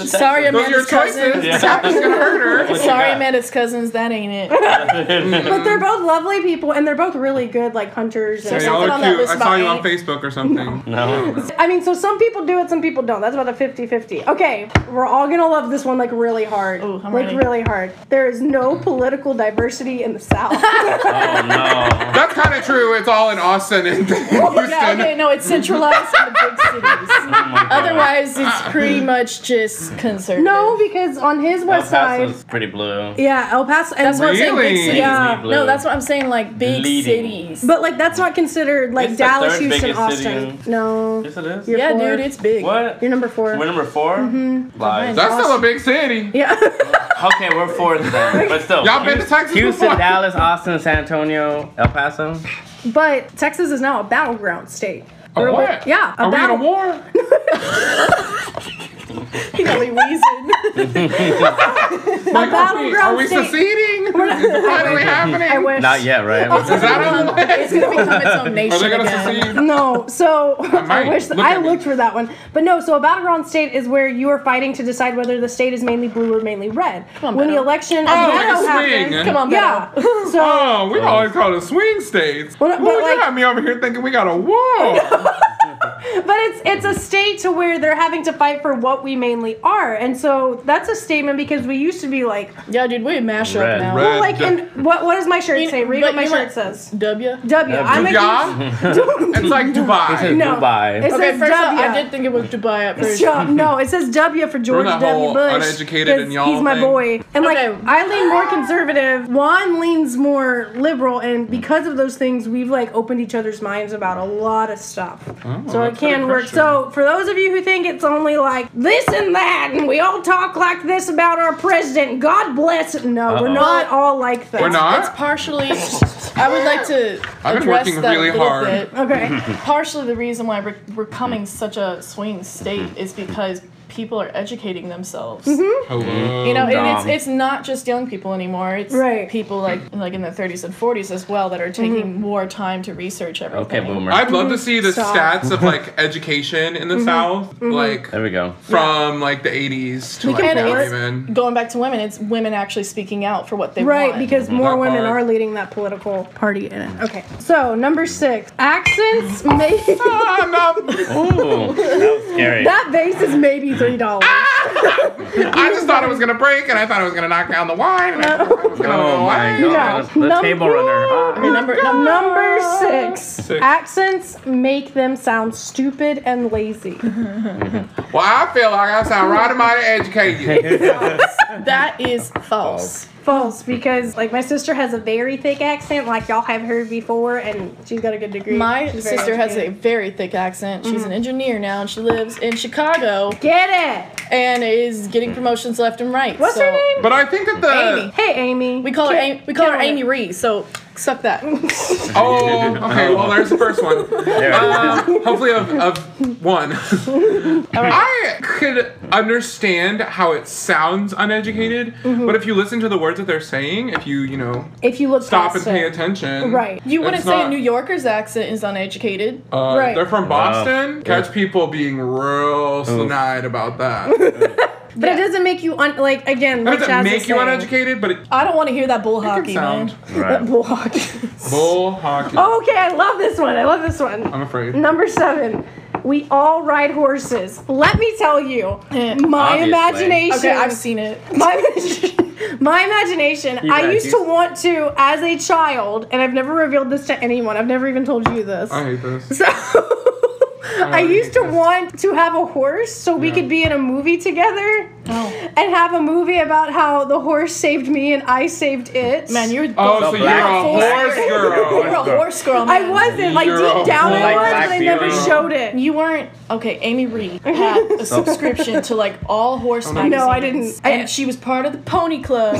B: is
D: catfish,
C: Sorry,
D: those are your
C: Amanda's
D: choices.
C: cousins.
B: Yeah.
D: Catfish gonna hurt her.
C: Sorry,
B: Yeah.
C: Amanda's cousins. That ain't it.
A: but they're both lovely people, and they're both really good, like hunters.
C: There's
D: Hey,
A: And
D: y'all
C: something on
D: are
C: that
D: cute.
C: list
D: I saw
C: about
D: you on
C: eight.
D: Facebook or something.
B: Oh, No.
A: I mean, so some people do it, some people don't. That's about a 50-50. Okay, we're all gonna love this one like really hard,
C: Ooh, I'm
A: like
C: ready.
A: really hard. There is no political diversity in the South. <laughs>
B: Oh no.
D: That's kind of true. It's all in Austin and <laughs> Houston.
C: Yeah, okay, no, it's centralized in the big cities.
B: Oh, my God.
C: Otherwise,
D: Uh-uh.
C: it's pretty much just conservative.
A: no, because on his
B: El
A: west side,
B: Paso's pretty blue.
A: yeah, El Paso. And
C: That's what I'm saying. Big
D: Really?
C: cities.
A: Yeah.
B: Blue.
C: No, that's what I'm saying. Like big
B: Leading.
C: cities.
A: But like that's not considered like
B: It's the
A: Dallas,
B: third
A: Houston,
B: biggest city
A: Austin.
B: in-
A: No,
B: Yes, it is.
A: You're-
C: yeah,
A: four.
C: dude, it's big.
B: What?
A: you're number 4
B: We're number 4 Lies.
D: That's still a big city. <laughs>
A: yeah. <laughs>
B: Okay, we're fourth then. But still.
D: Y'all been to Texas
B: Houston,
D: before?
B: Dallas, Austin, San Antonio, El Paso.
A: But Texas is now a battleground state.
D: A
A: Or
D: what?
A: Yeah, a
D: Are we in a
A: battle. <laughs>
D: war?
C: The only reason.
A: <laughs>
D: Like, are we, <laughs>
A: battleground
D: are we
A: state.
D: seceding? It's finally
A: I
D: happening.
A: wish.
B: Not yet, right?
D: Is that <laughs> on the way?
C: Um, It's gonna become its own nation
D: Are Oh, they gonna
C: again.
D: secede?
A: No,
D: <laughs>
A: so I,
D: might.
A: wish
D: Look
A: I
D: at me.
A: looked for that one, but no. So a battleground state is where you are fighting to decide whether the state is mainly blue or mainly red.
C: on,
A: when the
C: Beto.
A: election of
D: Oh,
A: Beto
D: it's
A: happened-
D: swing.
C: Come on,
A: yeah.
C: yeah.
D: <laughs>
A: So
D: Oh, we always call it swing states.
A: Well,
D: Ooh,
A: but
D: you
A: like-
D: got me over here thinking we got a
A: <laughs>
D: war.
A: But it's it's a state to where they're having to fight for what we mainly are, and so that's a statement because we used to be like,
C: Yeah, dude, we mash up
B: Red.
C: now.
D: Red.
A: well, like, and what what does my shirt
C: You-
A: say? Read
C: but
A: what my
C: you
A: shirt
C: know-
A: says.
C: W.
A: W. I'm <laughs> a
D: Yeah? It's like Dubai.
A: no.
B: Dubai.
A: It's-
C: Okay,
A: says
C: first off, I
A: W.
C: did think it was Dubai at first.
A: huge. No, it says W for George
D: that
A: W.
D: whole
A: Bush.
D: uneducated
A: 'cause
D: and y'all
A: he's my
D: thing.
A: boy. And like
C: Okay.
A: I lean more conservative, Juan leans more liberal, and because of those things, we've like opened each other's minds about a lot of stuff. so it
D: Oh, that's pretty
A: can work.
D: impressive.
A: So for those of you who think it's only like this and that, and we all talk like this about our president, God bless. No, we're
B: Uh-oh.
A: not all like that.
D: We're
C: It's
D: not.
C: partially. I would like to
D: I've been
C: address
D: working
C: that
D: really
C: a little
D: hard.
C: bit.
D: <laughs>
A: Okay.
C: Partially, the reason why we're, we're coming such a swing state is because people are educating themselves.
D: Hello.
C: You know, and it's
B: Dumb.
C: it's not just young people anymore. It's
A: Right. Mm-hmm.
C: people like like in their 30s and 40s as well that are taking more time to research everything.
B: Okay, boomer.
D: I'd love to see the
A: Stop. Mm-hmm.
D: stats of like education in the South, like
B: there we
D: <laughs>
B: go.
D: from like the 80s to like
C: And
D: now
C: it's-
D: even.
C: going back to women, it's women actually speaking out for what they
A: Right,
C: want.
A: because more
D: That
A: women
D: part.
A: are leading that political party in
C: Mm.
A: it. Okay, so number six, accents may.
D: Ah, no.
B: Ooh, that was scary.
A: That vase is maybe three dollars.
D: <laughs> Ah! I just thought it was gonna break, and I thought it was gonna knock down the wine, and I thought it was gonna
B: <laughs> Oh
D: go
B: my
D: away.
B: god.
A: No.
B: The
A: Number-
B: table runner.
C: Your number, number
A: Number six.
D: Six.
A: Accents make them sound stupid and
C: <laughs>
A: lazy.
D: Well, I feel like I sound right
B: <laughs>
D: about educated.
C: that is false.
A: False, because like my sister has a very thick accent, like y'all have heard before, and she's got a good degree.
C: My
A: She's very
C: sister has a
A: educated. Mm-hmm.
C: very thick accent. She's an engineer now, and she lives in Chicago
A: Get it?
C: and is getting promotions left and right.
A: What's
C: So
A: her name?
D: But uh, I think that the
C: Amy.
A: Hey, Amy.
C: We call her
A: Ki-
C: Amy, we call her
A: kill
C: Amy Reed. So
A: <laughs>
C: suck that.
D: <laughs> oh, okay. Well, there's the first one.
B: There it is.
D: Um, hopefully of, of one.
A: <laughs>
D: I could understand how it sounds uneducated,
A: Mm-hmm.
D: but if you listen to the words that they're saying, if you, you know,
A: If you look
D: stop and
A: past
D: pay
A: it.
D: attention.
A: Right.
C: You wouldn't
D: it's
C: say a
D: not-
C: New Yorker's accent is uneducated.
D: Uh,
A: Right.
D: They're from Boston. Catch people being real snide about
A: <laughs>
D: that.
A: But it doesn't make you un- like again.
D: It
A: Like
D: doesn't
A: Jazz is
D: make you
A: saying.
D: uneducated, but it
C: I don't want to hear that bull
D: can
C: hockey,
D: sound.
C: man.
B: Right.
A: Bull hockey.
D: Bull hockey.
A: Oh, okay, I love this one. I love this one.
D: I'm afraid.
A: Number seven, we all ride horses. Let me tell you,
C: Eh,
A: my
B: obviously.
A: imagination.
C: Okay, I've seen it.
A: my, <laughs> my imagination.
B: You
A: I
B: bet,
A: used
B: you-
A: to want to, as a child, and I've never revealed this to anyone. I've never even told you this.
D: I hate this.
A: <laughs> So I
D: already
A: used to
D: exist.
A: want to have a horse so we could be in a movie together
C: Oh.
A: and have a movie about how the horse saved me and I saved it.
C: Man, you're
D: Oh,
B: The
D: so you're
B: black
D: a horse
B: flag.
C: <laughs> you're
D: <laughs> girl.
C: a horse girl.
A: I
C: Man.
A: wasn't like
D: You're a
A: deep down I
B: black
A: was, but they never
B: Blackbeard.
A: showed it.
C: You weren't okay.
A: <laughs>
C: Amy Reed had a subscription to like all horse
D: Oh,
C: magazines.
A: No, I didn't. I-
C: And she was part of the
A: <laughs>
C: Pony Club.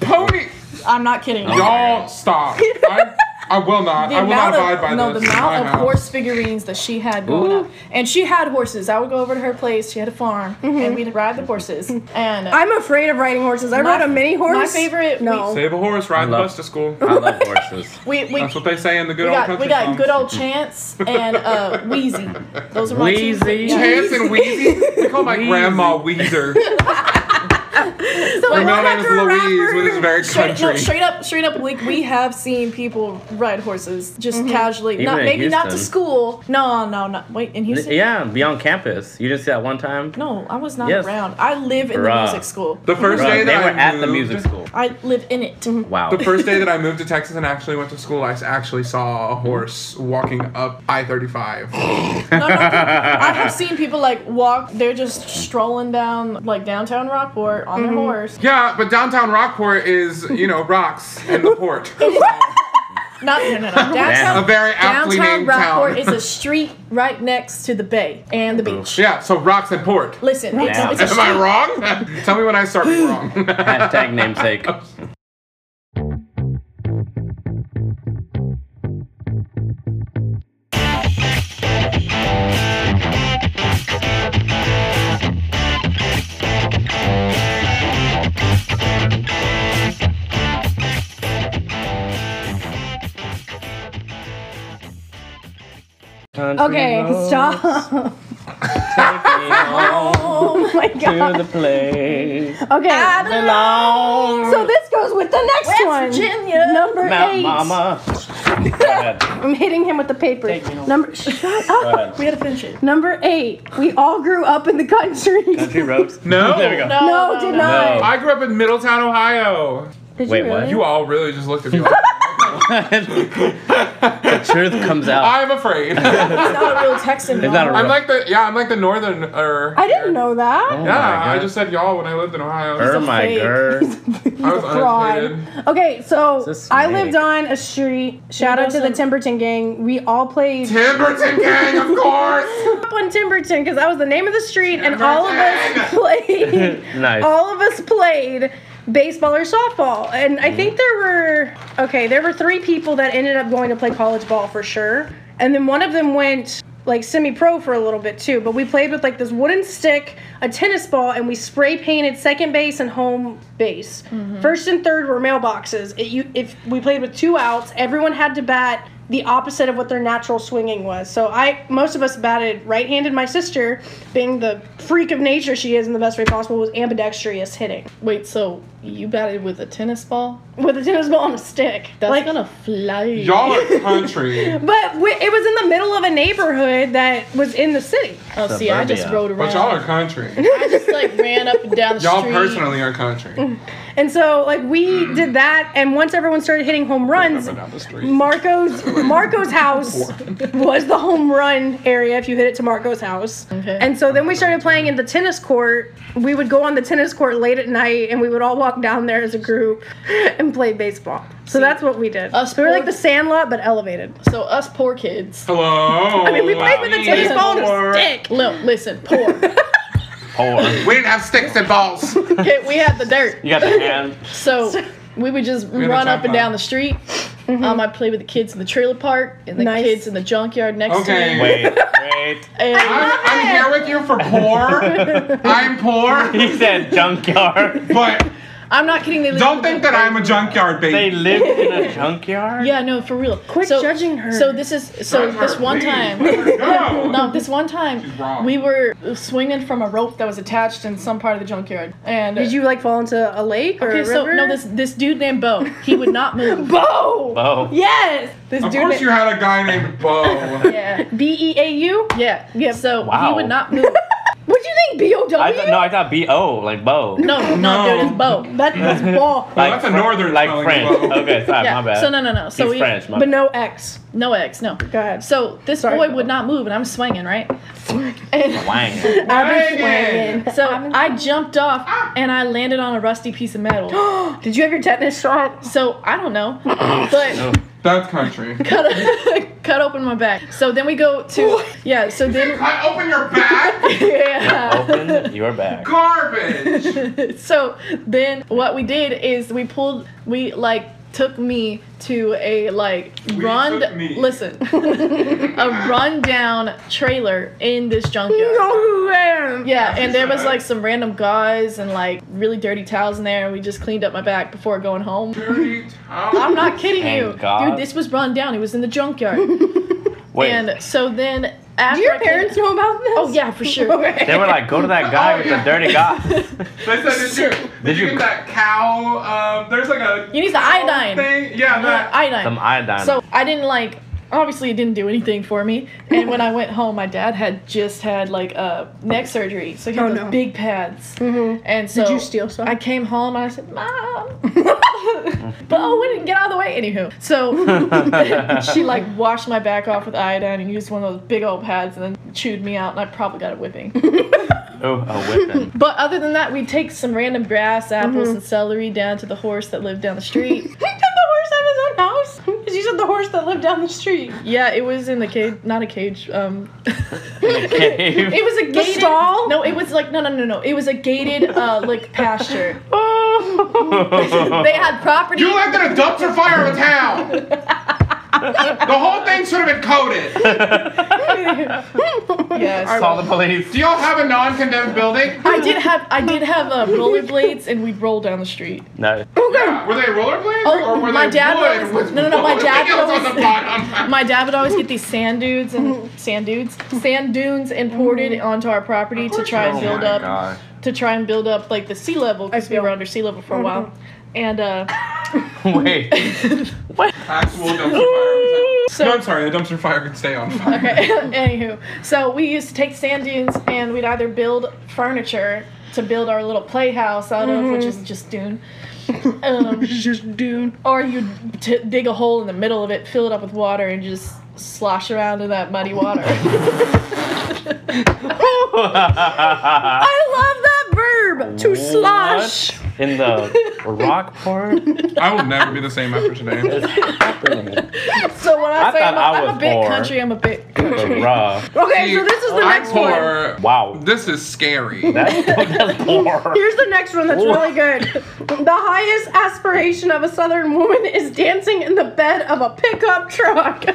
D: Pony.
C: I'm not kidding.
B: Oh
D: Y'all stop. I, I will not.
C: The
D: I will not
C: amount
D: abide
C: of,
D: by
C: no,
D: this.
C: the
D: in my
C: amount of
D: house.
C: horse figurines that she had growing up, and she had horses. I would go over to her place. She had a farm,
A: Mm-hmm.
C: and we'd ride
A: <laughs>
C: the horses. And uh,
A: I'm afraid of riding horses. I
C: My-
A: rode a mini horse.
C: my favorite-
A: No.
D: Save a horse, ride the
B: love-
D: bus
C: <laughs>
D: to school.
B: I love horses.
C: we we,
D: That's what they say in the good
C: we
D: old
C: got
D: country.
C: we got
D: songs.
C: good old Chance and uh, Wheezy. Those are my two.
B: Wheezy?
C: Yeah.
D: Chance and Wheezy. They call my grandma
C: <laughs>
D: Weezer. Her middle name is Louise, which is very
C: Straight, no,
D: country.
C: straight up, straight up, like we have seen people ride horses just
A: Mm-hmm.
C: casually,
B: Even
C: not
B: in
C: maybe not to
B: Houston.
C: school. No, no, no. Wait, in Houston?
B: yeah, be on campus. You didn't see that one time?
C: No, I was not
B: Yes.
C: around. I live in
B: Bruh.
C: the music school.
D: The first
B: Bruh,
D: day
B: they
D: that
B: were
D: I
B: at the
D: moved-
B: music school.
C: I live in it.
B: Wow.
D: <laughs> The first day that I moved to Texas and actually went to school, I s- actually saw a horse walking up I-35.
C: <gasps> No,
B: <laughs>
C: no, I have seen people like walk. They're just strolling down like downtown Rockport on their
A: Mm-hmm.
C: horse.
D: Yeah, but downtown Rockport is, you know, rocks and
C: <laughs>
D: the port.
C: Not no, no,
A: <laughs>
C: no. Downtown,
D: A very aptly
C: downtown
D: named
C: Rockport
D: town.
C: is a street right next to the bay and the beach.
D: <laughs> Yeah, so rocks and port.
C: Listen, it's,
B: Damn.
C: it's
A: <laughs>
C: a
D: Am I
C: street.
D: wrong? <laughs> Tell me when I start being
B: <laughs>
D: wrong.
B: Hashtag namesake. Country
A: Okay,
B: roads
A: stop. <laughs>
B: take me home
A: Oh my
B: to <laughs>
A: god. <laughs>
B: the place.
A: Okay.
B: Belong.
A: So this goes with the next
C: West
A: one.
C: Virginia.
A: Number
B: Mount
A: eight.
B: Mama. Go ahead.
A: I'm hitting him with the paper.
B: Take me home.
A: Number shut
B: Go
A: up.
B: ahead.
C: We had to finish it.
A: Number eight. We all grew up in the country.
B: Country roads.
D: No.
B: There we go.
A: <laughs> No, did not.
B: No.
D: I grew up in Middletown, Ohio.
A: Did
B: Wait,
A: you
B: what?
A: really?
D: You all really just looked at me. Like,
B: the truth comes out.
D: I'm afraid.
B: <laughs>
D: I'm
C: It's not a real Texan.
B: It's not a
C: mom.
B: real-
D: like the yeah. I'm like the northern. Er,
A: I didn't know that.
B: Oh my
D: Yeah, I
B: God.
D: just said y'all when I lived in Ohio.
B: Oh
A: a
B: my
A: fake.
B: god.
D: I was
A: Fraud.
D: uneducated.
A: Okay, so
B: It's a
A: I
B: snake.
A: lived on a street. Shout out to the
C: Nelson.
A: Timberton gang. We all played
D: Timberton gang, of course.
A: up on Timberton because that was the name of the street, and all of us <laughs> played.
B: Nice.
A: All of us played baseball or softball, and I think there were okay, there were three people that ended up going to play college ball for sure, and then one of them went like semi-pro for a little bit too. But we played with like this wooden stick, a tennis ball, and we spray painted second base and home base. First and third were mailboxes. It, you, if we played with two outs, everyone had to bat the opposite of what their natural swinging was. So I, most of us batted right-handed. My sister, being the freak of nature she is in the best way possible, was ambidextrous hitting
C: Wait, so you batted with a tennis ball?
A: with a tennis ball and a stick.
C: That's
A: like,
C: gonna fly.
D: Y'all are country,
A: but we, it was in the middle of a neighborhood that was in the city.
C: oh, see, I just
B: Suburbia.
C: rode around.
D: but y'all
A: <laughs>
D: are country.
C: I just like ran up and down the
D: Y'all
C: street.
D: personally are country.
A: And so, like, we did that, and once everyone started hitting home runs,
D: Up and down the street.
A: Marco's Marco's
B: <laughs>
A: house was the home run area if you hit it to Marco's house.
C: Okay.
A: And so then we started playing in the tennis court. We would go on the tennis court late at night and we would all walk down there as a group and play baseball. So that's what we did.
C: us
A: we were like
C: poor-
A: the sandlot but elevated.
C: So us poor kids.
D: Hello. I
A: mean,
B: Oh,
A: we played with a tennis ball and a
C: <laughs>
A: stick.
C: Look, listen, poor.
A: <laughs>
B: Poor.
D: We didn't have sticks and balls.
C: Okay, we had the dirt.
B: You got the hand.
A: <laughs>
C: So we would just
D: had a
C: run up
D: tripod.
C: and down the street. Um, I played with the kids in the trailer park and
A: Mm-hmm.
C: the
A: Nice.
C: kids in the junkyard next
D: Okay.
C: to me.
B: Wait, wait.
C: And
D: I'm, I'm here with you
A: <laughs>
D: for poor. I'm poor,
B: <laughs> He said junkyard.
D: but
C: I'm not kidding. They lived
D: don't
C: in the-
D: think that I'm a junkyard
B: They
D: baby.
B: lived in a junkyard?
C: Yeah, no, for real.
A: Quit judging her.
C: So this is so this one time.
D: No.
C: No, this one
D: wrong.
C: time we were swinging from a rope that was attached in some part of the junkyard, and
A: Did you like fall into a lake or
C: Okay,
A: a
C: so
A: river?
C: no, this this dude named Bo, he would
A: <laughs>
C: not move.
A: Bo.
B: Oh.
A: Yes. This
D: Of
A: <laughs>
D: course, you had a guy named Bo.
C: yeah,
A: B E A
B: <laughs>
A: U.
C: yeah,
A: Yeah.
C: So
B: Wow.
C: he would not move.
A: What do you think? B O W.
B: I th- no, I thought B-O, like Bo.
C: No, no,
D: No.
C: dude, it's Bo.
B: <laughs>
A: That is ball,
B: Like
D: Oh, that's a
B: Fr-
D: northern
B: Like
D: spelling
B: French.
D: of Bo.
B: Okay, sorry,
C: Yeah.
B: my bad.
C: So no, no, no. So
B: He's
C: we
B: French, my
A: but no X.
C: no X, no.
A: Go ahead. <laughs>
C: So this
A: Sorry,
C: boy
A: Bo.
C: would not move, and I'm swinging right. And
B: Wang.
A: I've been
D: Dang
A: swinging.
C: so I jumped off and I landed on a rusty piece of
A: <gasps>
C: metal.
A: <gasps> Did you have your tetanus shot?
C: So I don't
B: <laughs>
C: know, but.
D: That's country.
C: cut, <laughs> cut open my back. So then we go to yeah. So then <laughs>
D: I open your back.
B: Oh,
C: yeah.
B: Open your bag.
D: <laughs>
C: <laughs>
D: Garbage.
C: So then what we did is we pulled we like took me to a like run
D: took me. <laughs>
C: listen a rundown trailer in this junkyard.
A: No man.
C: Yeah, and there was like some random guys and like really dirty towels in there, and we just cleaned up my back before going home.
D: Dirty
C: I'm
A: <laughs>
D: towel.
C: not kidding
B: Thank
C: you,
B: God.
C: dude. This was run down. It was in the junkyard,
B: Wait.
C: and so then after
A: Do your
C: I came-
A: parents know about this?
C: Oh yeah, for sure.
A: <laughs> Okay.
B: they were like, go to that guy with the dirty guy.
D: They said, did you, did you get that cow? Um, there's like a
C: You need the iodine.
D: thing. Yeah,
C: Uh,
D: that.
C: iodine.
B: Some iodine. <laughs>
C: So I didn't like. Obviously, it didn't do anything for me. And when I went home, my dad had just had like uh, neck surgery, so he had
A: Oh,
C: those
A: no.
C: big pads. And so
A: Did you steal some? <laughs>
C: I came home and I said, "Mom," <laughs> but oh, we didn't get out of the way. Anywho, so she like washed my back off with iodine and used one of those big old pads and then chewed me out, and I probably got a whipping.
B: oh, a whipping.
C: But other than that, we'd take some random grass, apples, and celery down to the horse that lived down the
A: <laughs>
C: street.
A: Did Mm-hmm. the horse have his own house? Because you said the horse that lived down the street.
C: Yeah, it was in the cage, not a cage.
B: <laughs>
C: Um,
B: Cave.
C: <laughs> <laughs> it was a
A: The
C: gated.
A: stall?
C: No, it was like no, no, no, no. It was a gated, uh,
B: <laughs>
C: like pasture. They had property.
D: You left in a
C: <laughs>
D: dumpster fire of a town. the whole thing should have been coated.
C: Yes.
B: Call the police.
D: Do y'all have a non-condemned building?
C: I did have I did have uh, rollerblades and we'd roll down the street.
B: No.
D: Were they rollerblades
C: Oh,
D: or were
C: my
D: they
C: dad
D: wood
C: was-
D: with
C: no, no,
D: <laughs>
C: no, my dad
D: rollerblades
C: was-
D: on the bottom?
C: My dad would always get these sand
A: <laughs>
C: dudes and sand dudes, sand dunes imported onto our property to try and
B: Oh
C: build
B: my
C: up
B: God.
C: to try and build up like the sea level because we were under sea level for a
D: Mm-hmm.
C: while. And
D: <laughs>
C: uh,
B: <laughs>
C: <laughs>
B: Wait.
D: Actual dumpster fire.
C: So-
D: no, I'm sorry. The dumpster fire could stay on fire.
C: okay, <laughs> anywho, so we used to take sand dunes and we'd either build furniture to build our little playhouse out of, which
D: Mm-hmm.
C: is just
D: <laughs>
C: dune. Um,
A: Just dude.
C: or you t- dig a hole in the middle of it, fill it up with water, and just slosh around in that muddy
D: <laughs>
C: water.
A: I love that verb to slosh.
B: What in the Rockport?
D: I will never be the same
C: <laughs>
D: after today.
C: so when I,
B: I
C: say
B: thought
C: I'm, a-
B: I
C: I'm
B: was
C: a bit
B: poor.
C: country, I'm a bit.
B: The rock.
A: Okay, so this is the
D: I'm
A: next one.
D: poor.
B: Wow.
D: This is scary.
B: That's, <laughs> that's poor.
A: Here's the next one that's
B: Whoa.
A: really good.
C: <laughs>
A: The highest aspiration of a southern woman is dancing in the bed of a pickup truck. <laughs> based,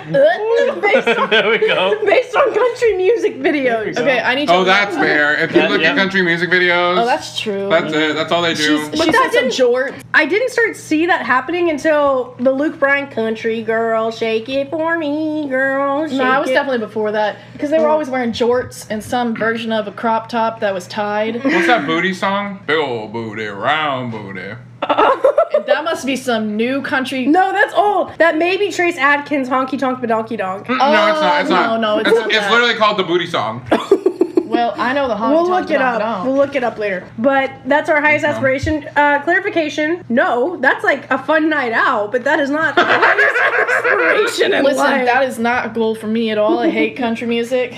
A: on,
B: <laughs> there we go.
A: based on country music videos.
C: Okay, I need to.
D: Oh, that's fair. If you
B: Yeah,
D: look
B: yeah.
D: at country music videos,
C: Oh, that's true.
D: that's it. That's all they
C: She's,
D: do.
C: she's
A: that
C: in some
A: didn't-
C: jorts.
A: I didn't start to see that happening until the Luke Bryan country girl, shake it for me, girl. Shake
C: No, I was
A: it.
C: definitely before that because they were always wearing jorts and some version of a crop top that was
A: <laughs>
C: tied.
D: What's that booty song? Big ol' booty, round booty.
C: that must be some new country.
A: <laughs> No, that's old. That may be Trace Adkins, honky tonk, badonky donk.
D: no, it's not. It's
C: Oh, no,
D: not.
C: no, it's
D: it's,
C: not
D: it's
C: that.
D: literally called the booty song.
C: Well, I know the honky
A: We'll
C: tonk
A: look it
C: dong
A: up.
C: dong.
A: We'll look it up later. But that's our highest
D: No.
A: aspiration. Uh, clarification: No, that's like a fun night out, but that is not the
C: <laughs>
A: highest aspiration in
C: Listen,
A: <laughs> life.
C: that is not a goal for me at all. I hate
A: <laughs>
C: country music.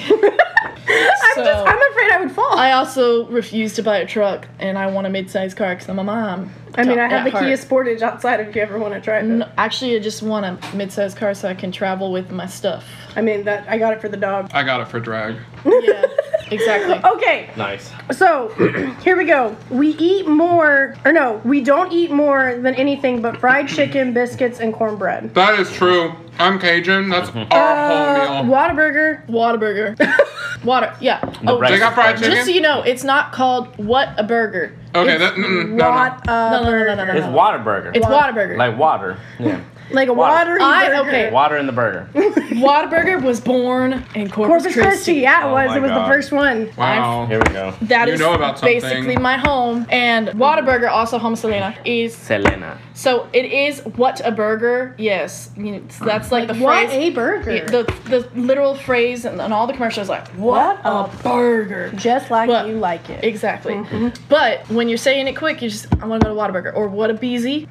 A: I'm
C: so-
A: just, I'm afraid I would fall. I,
C: I also refuse to buy a truck, and I want a mid-sized car because I'm a mom.
A: mean, I
C: At
A: have the
C: heart.
A: Kia Sportage outside if you ever want to try it.
C: No, Actually, I just want a mid-sized car so I can travel with
A: <laughs>
C: my stuff.
A: I mean, that I got it for the dog.
D: I got it for drag.
C: Yeah, exactly.
A: Okay,
B: Nice.
A: So <clears throat> here we go. We eat more, or no, we don't eat more than anything but fried chicken, biscuits, and cornbread.
D: That is true. I'm Cajun. That's our
A: Uh,
D: whole meal.
A: Whataburger. <laughs>
C: Whataburger. Water. Yeah. oh,
D: They got fried
B: breakfast
D: chicken?
C: just so you know, it's not called what a burger.
D: Okay,
C: it's,
D: that, mm, no, no.
A: What no,
C: no, no, no, no, no,
B: It's
C: no.
B: Waterburger.
C: It's
A: Wa-
C: Whataburger.
B: like water. Yeah.
A: Like a
B: Water.
A: watery
C: I-
A: burger.
C: okay.
B: Water in the burger.
C: Whataburger was born in Corpus,
A: Corpus Christi.
C: Christi.
A: Yeah, it
B: Oh
A: was.
B: my
A: it was the
B: God.
A: first one.
D: Wow.
B: Here we go.
C: That
D: You
C: is
D: know about something.
C: basically my home. And Whataburger, also home Selena, is
B: Selena.
C: so it is what a burger. Yes, I mean, it's- that's like, the
A: What
C: phrase.
A: a burger.
C: Yeah, the the literal phrase and, and all the commercials like
A: What
C: what
A: a
C: a burger
A: Just like
C: What?
A: you like it.
C: exactly but when you're saying it quick you just i want to go to Whataburger or what a BZ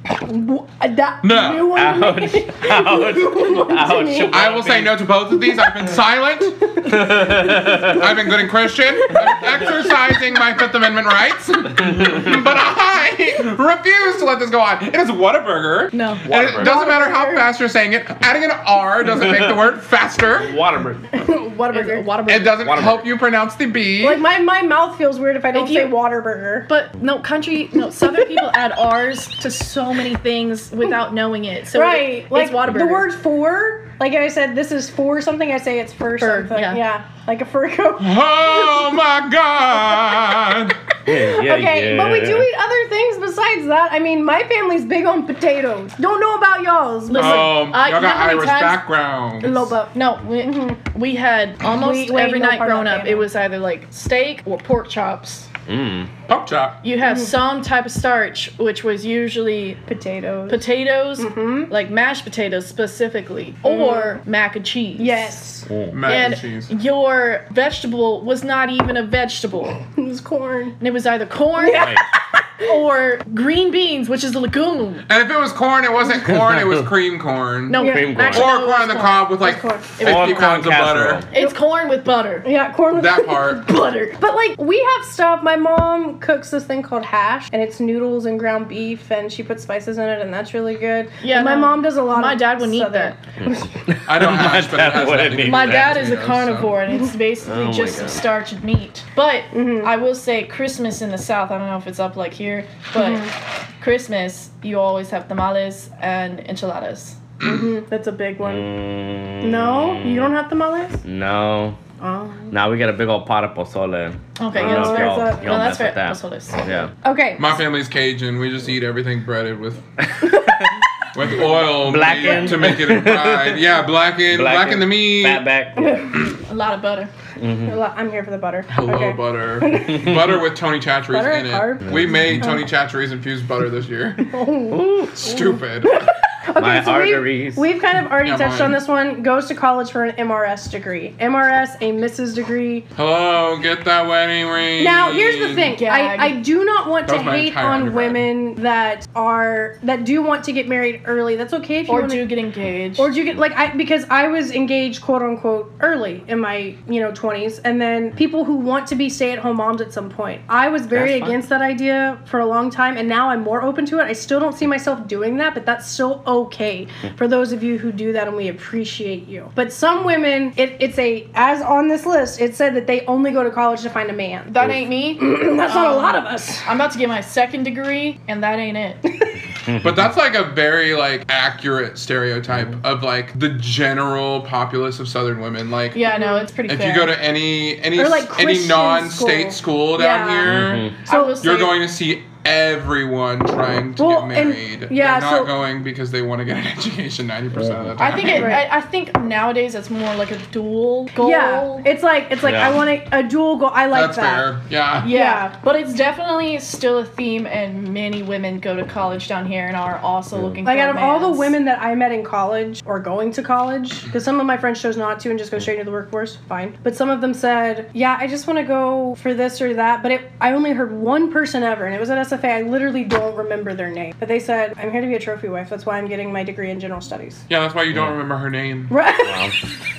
A: Wha- that
D: No.
A: new one
B: Ouch. Ouch. Ouch.
D: I will say no to both of these. I've
C: <laughs>
D: been silent. I've been good and Christian. I've been exercising my Fifth Amendment rights. But I refuse to let this go on. It is Whataburger.
C: no
D: And it
B: Whataburger.
D: doesn't matter how fast you're saying it. Adding an R doesn't make the word faster.
B: Waterburger.
A: Whataburger.
C: <laughs>
D: It
C: Whataburger
D: doesn't
B: Whataburger.
D: help you pronounce the B.
A: like my, my mouth feels weird if I don't
C: If you-
A: say Waterburger.
C: but no country no southern people add r's to so many things without knowing it so it-
A: Right,
C: it's
A: like
C: Whataburger
A: the word for. Like I said, this is for something. I say it's for,
C: Fur,
A: something. Yeah.
C: yeah.
A: like a fur
D: <laughs>
A: coat.
D: Oh my God.
B: <laughs> Yeah, yeah,
A: Okay,
B: yeah.
A: but we do eat other things besides that. I mean, my family's big on potatoes. Don't know about y'all's. but
C: <laughs> Listen,
D: Oh,
C: I-
D: y'all
C: you know
D: got
C: how many
D: Irish
C: times-
D: backgrounds.
A: low butt.
C: no, we,
A: Mm-hmm.
C: we had almost
A: Wait, wait,
C: every
A: no
C: night
A: part
C: growing
A: of
C: up.
A: that
C: It was either like steak or pork chops.
B: Mm.
D: Pork chop.
C: You
A: Mm-hmm.
C: have some type of starch, which was usually
A: potatoes.
C: potatoes,
A: Mm-hmm.
C: like mashed potatoes specifically, or mac and cheese.
A: yes, <laughs>
D: Mac
C: And
D: and cheese.
C: your vegetable was not even a vegetable.
A: it was corn.
C: And it was either corn
B: Wait.
C: or green beans, which is a legume.
D: And if it was corn, it wasn't corn, it was cream corn.
C: No,
A: Yeah.
B: Cream
D: Or
C: actually,
B: corn.
C: no, it
D: corn
C: was
D: on the cob with like
A: It was corn.
D: 50
B: Or corn
D: pounds of butter.
B: casserole.
C: It's corn with butter.
A: Yeah, corn with
D: That part.
A: butter. But like we have stuff. My mom cooks this thing called hash, and it's noodles and ground beef, and she puts spices in it, and that's really good.
C: Yeah,
A: And my
C: no.
A: mom does a lot.
C: My
A: of
C: dad wouldn't eat
A: southern-
C: that.
D: <laughs> I don't hash, but it
B: That's
D: has
B: what it
D: nothing to do
B: means.
C: My
D: with
C: dad
D: that
C: is a
D: potato, so.
C: carnivore, and it's basically
B: Oh my
C: just
B: God.
C: starch and meat. But I will say, Christmas in the South, I don't know if it's up like here, but Christmas, you always have tamales and enchiladas.
A: That's a big one.
B: Mm,
A: No, you don't have tamales.
B: No.
A: Oh.
B: Now we got a big old pot of pozole.
C: Okay,
B: I
C: yeah,
B: don't
C: Oh, that's
B: know if
C: fair.
B: y'all-
C: That's-
B: y'all
C: no,
B: mess
C: that's
B: with
C: fair.
B: that.
C: That's what it is. <laughs>
B: Yeah.
A: Okay.
D: My family's Cajun. We just eat everything breaded with with oil
B: Blackened.
D: to make it fried. Yeah, blackened, blackened, the meat.
B: Fat
C: <laughs>
B: back. Yeah.
C: A lot of butter.
A: Well, I'm here for the butter.
D: Hello,
A: okay. <laughs>
D: butter. butter with Tony Chachere's
A: Butter
D: in it.
A: and carb?
D: We made Tony Chachere's infused butter this year. Stupid.
B: My
A: so we've-
B: arteries.
A: We've, kind of already
D: Yeah,
A: touched
D: mine.
A: on this one. Goes to college for an MRS degree. MRS, a Mrs. degree.
D: Hello, get that wedding ring.
A: Now, here's the thing.
C: Gag.
A: I, I do not want
D: That
A: to
D: was my
A: hate
D: entire
A: on
D: undergrad.
A: women that are that do want to get married early. That's okay if you
C: Or
A: want
C: do get engaged.
A: Or do you get like I because I was engaged quote unquote early in my you know twenties, and then people who want to be stay at home moms at some point. I was very
B: That's fine.
A: against that idea for a long time, and now I'm more open to it. I still don't see myself doing that, but that's still okay for those of you who do that, and we appreciate you. But some women, it, it's a as on this list, it said that they only go to college to find a man.
C: that ain't me.
A: that's not a lot of us.
C: <coughs> I'm about to get my second degree, and that ain't it.
D: But that's like a very like accurate stereotype of like the general populace of Southern women. Like
C: Yeah, no, it's pretty
D: if
C: fair.
D: you go to any any
A: Or, like,
D: s- any
A: Christian
D: non-state
A: school.
D: school, down
A: Yeah. Mm-hmm.
D: here,
C: so
D: you're going to see everyone trying to
A: Well,
D: get
A: and-
D: married.
A: yeah,
D: They're not
A: so-
D: going because they want to get an <laughs> education 90% of the time.
C: I think
D: <coughs>
C: it,
A: Right.
C: I, I think nowadays it's more like a dual goal.
A: Yeah, it's like it's like
B: Yeah.
A: I want a, a dual goal. I like
D: that's
A: that.
D: fair. Yeah.
C: Yeah,
A: Yeah.
C: but it's definitely still a theme, and many women go to college down here and are also looking
A: Like
C: for
A: out of all the
C: mans.
A: women that I met in college or going to college, because some of my friends chose not to and just go straight into the workforce, fine. But some of them said, "Yeah, I just want to go for this or that." But it, I only heard one person ever, and it was at SFA. I literally don't remember their name, but they said, "I'm here to be a trophy wife. That's why I'm getting my degree in general studies." <laughs>
D: Yeah, that's why you don't remember her name.
A: Right?
B: Um,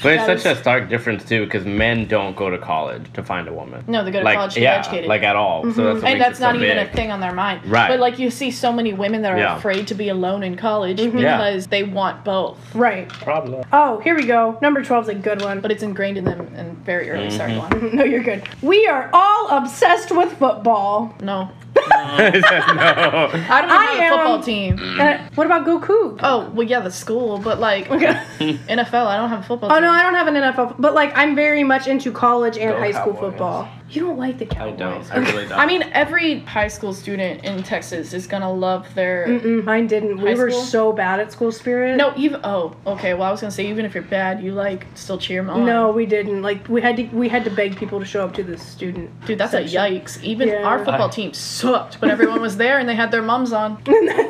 B: but it's
A: That
B: such a stark difference too, because men don't go to college to find a woman.
C: No, they go to
B: like,
C: college to
B: yeah,
C: get educated. Mm-hmm.
B: like at all. So that's what
C: and
B: makes
C: that's
B: it so
C: not even
B: big.
C: a thing on their mind.
B: Right.
C: But like you see so many women that are
B: Yeah.
C: afraid to be alone in college
A: Mm-hmm.
B: Yeah.
C: because they want both.
A: right.
B: <laughs> Problem.
A: Oh, here we go. Number 12 is a good one.
C: But it's ingrained in them in very early. Sorry,
B: Mm-hmm.
A: <laughs>
C: Juan.
A: No, you're good. We are all obsessed with football.
C: No.
B: no.
C: I don't even
A: I
C: have a
A: am-
C: football team.
A: Uh, what about
C: <laughs>
A: Goku?
C: Oh, well, yeah, the school, but like NFL, I don't have a football
A: Oh
C: team.
A: no, I don't have an NFL, but like I'm very much into college and
B: Go
A: high school
B: Cowboys.
A: football. You don't like the
B: I
A: Cowboys.
B: don't. I really don't.
C: I mean, every high school student in Texas is gonna love their.
A: <laughs> Mm, mine didn't. We
C: High
A: were
C: school?
A: so bad at school spirit.
C: No, even oh, okay. Well, I was gonna say even if you're bad, you like still cheer them on.
A: no, we didn't. Like we had to, we had to beg people to show up to the student.
C: dude, that's
A: section.
C: a yikes. Even
A: Yeah.
C: our football team sucked, but everyone was there and they had their mums
A: <laughs>
C: on.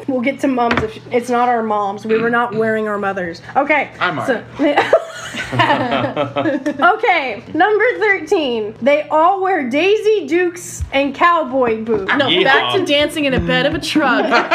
A: We'll get to moms if it's not our moms. We were not wearing our mothers. Okay.
D: I'm
A: <laughs> okay, number thirteen. They all wear Daisy Dukes and cowboy boots.
C: No, back
B: Yeehaw.
C: to dancing in a bed of a
A: <laughs>
C: truck.
D: <laughs>
C: Earlier.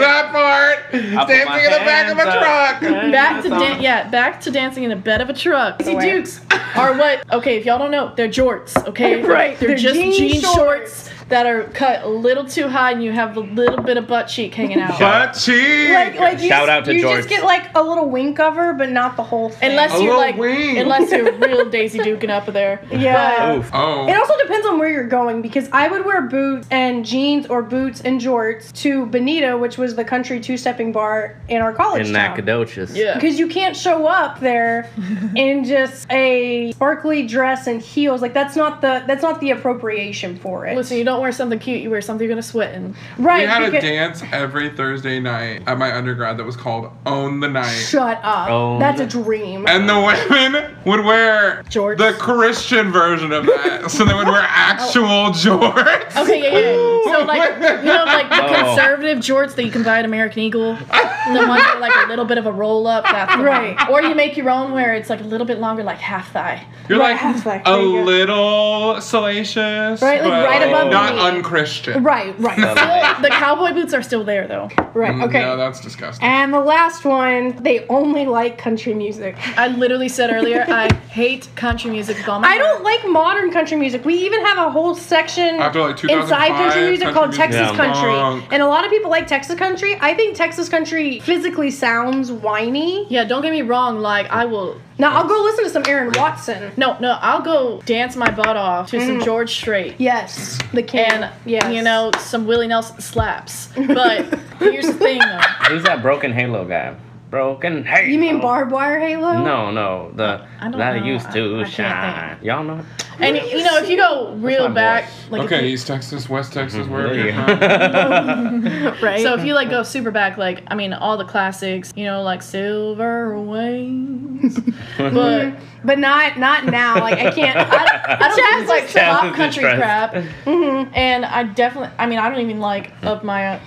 D: That part! Dancing in the back of a truck!
B: <laughs>
C: Back to dan- yeah, back to dancing in a bed of a truck. See,
A: way.
C: Dukes are what? Okay, if y'all don't know, they're jorts. Okay,
A: <laughs> Right,
C: They're,
A: they're
C: just
A: jean
C: jean,
A: shorts.
C: shorts. that are cut a little too high, and you have a little bit of butt cheek hanging out.
B: Shut
D: Butt cheek!
A: Like, like you,
B: Shout
A: just-
B: out to
A: you
B: George.
A: just get like a little wink of her, but not the whole thing.
C: Unless
D: A
C: you're
D: little
C: like,
D: wing.
C: unless you're real Daisy Duking up
A: <laughs>
C: there.
A: yeah.
C: uh,
B: Oof.
D: oh.
A: It also depends on where you're going because I would wear boots and jeans or boots and jorts to Bonita, which was the country two stepping bar in our college.
B: In
A: town.
B: Nacogdoches.
C: Yeah.
A: Because you can't show up there in just a sparkly dress and heels. Like that's not the that's not the appropriation for it.
C: Listen, you don't wear something cute, you wear something you're gonna sweat in.
A: right.
D: We had a
A: because-
D: dance every Thursday night at my undergrad that was called Own the Night.
A: Shut up.
B: Oh.
A: That's a dream.
D: And the women would wear
A: Jorts. Oh.
D: the Christian version of that. so they
A: <laughs>
D: would wear actual jorts.
C: Okay, yeah, yeah. So like, you know, like
B: <laughs>
C: the
B: Oh.
C: conservative jorts that you can buy at American Eagle, the ones that are like a little bit of a roll up. That's the
A: Right.
C: One. Or you make your own where it's like a little bit longer, like half thigh.
D: You're
A: Right,
D: like
A: half like-
D: a
A: there you go.
D: little salacious.
A: Right, like
D: but
A: right
B: above the
D: Not
A: knee.
D: unchristian.
A: Right. Right.
B: Like,
C: The cowboy boots are still there though.
A: right. Okay.
D: No, Mm, that's disgusting.
A: and the last one, they only like country music. <laughs>
C: I literally said earlier I hate country music with all my
A: I
C: heart.
A: don't like modern country music. We even have a whole section
D: After, like, 2005
A: inside country music
D: country
A: called
D: music
A: Texas
B: is
A: country.
D: funk.
A: And a lot of people like Texas country. I think Texas country physically sounds whiny.
C: Yeah, don't get me wrong. Like I will.
A: Now I'll go listen to some Aaron Watson.
C: No, no, I'll go dance my butt off to some George Strait.
A: Yes, the can.
C: And
A: yes,
C: you know <laughs> some Willie Nelson slaps, but here's the thing though.
B: Who's that broken Halo guy? broken halo.
A: You mean barbed wire halo?
B: No, no. The
C: I don't
B: that
C: know.
B: used to
C: I- I can't
B: shine. Y'all know.
C: And you know, if you go real
B: my
C: back, like
D: Okay,
C: if
D: East Texas, West Texas, wherever
B: Mm-hmm. There you
D: you're
B: go. <laughs>
D: from.
A: Right.
C: you, so if you like go super back, like I mean, all the classics, you know, like Silver Wings, but
A: but not not now. Like I can't.
D: <laughs>
A: I, mm-hmm.
C: I don't think like
B: Chaz
C: pop
B: is
C: country
B: distressed.
C: crap. And I definitely, I mean, I don't even like up my.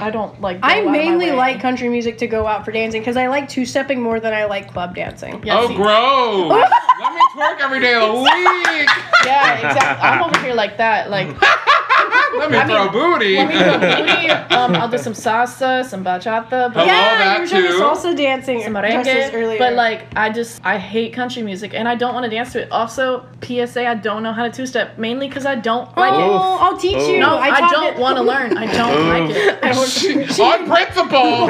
C: I don't like. go
A: I
C: out of my
A: mainly
C: way.
A: like country music to go out for dancing because I like two stepping more than I like club dancing.
C: Yeah,
D: Oh,
A: <laughs>
C: see-
D: gross! Let me twerk every day of the week.
C: Yeah, exactly. I'm over here like that.
B: <laughs>
C: Like,
D: Let me
C: I mean,
D: throw booty.
C: let me go booty. Um, I'll do some salsa, some bachata, but
D: Hello.
A: yeah,
D: that
A: you were talking
D: too.
A: salsa dancing
C: some
A: dresses
C: merengue.
A: earlier.
C: But like, I just I hate country music, and I don't want to dance to it. Also, PSA, I don't know how to two step, mainly because I don't like
A: oh,
C: it.
A: I'll teach
B: Oof.
A: you.
C: No,
A: I,
C: I,
A: taught
C: don't
A: it-
C: want to learn. I <laughs> don't like it.
A: I don't-
D: <laughs> On
B: <laughs>
D: principle.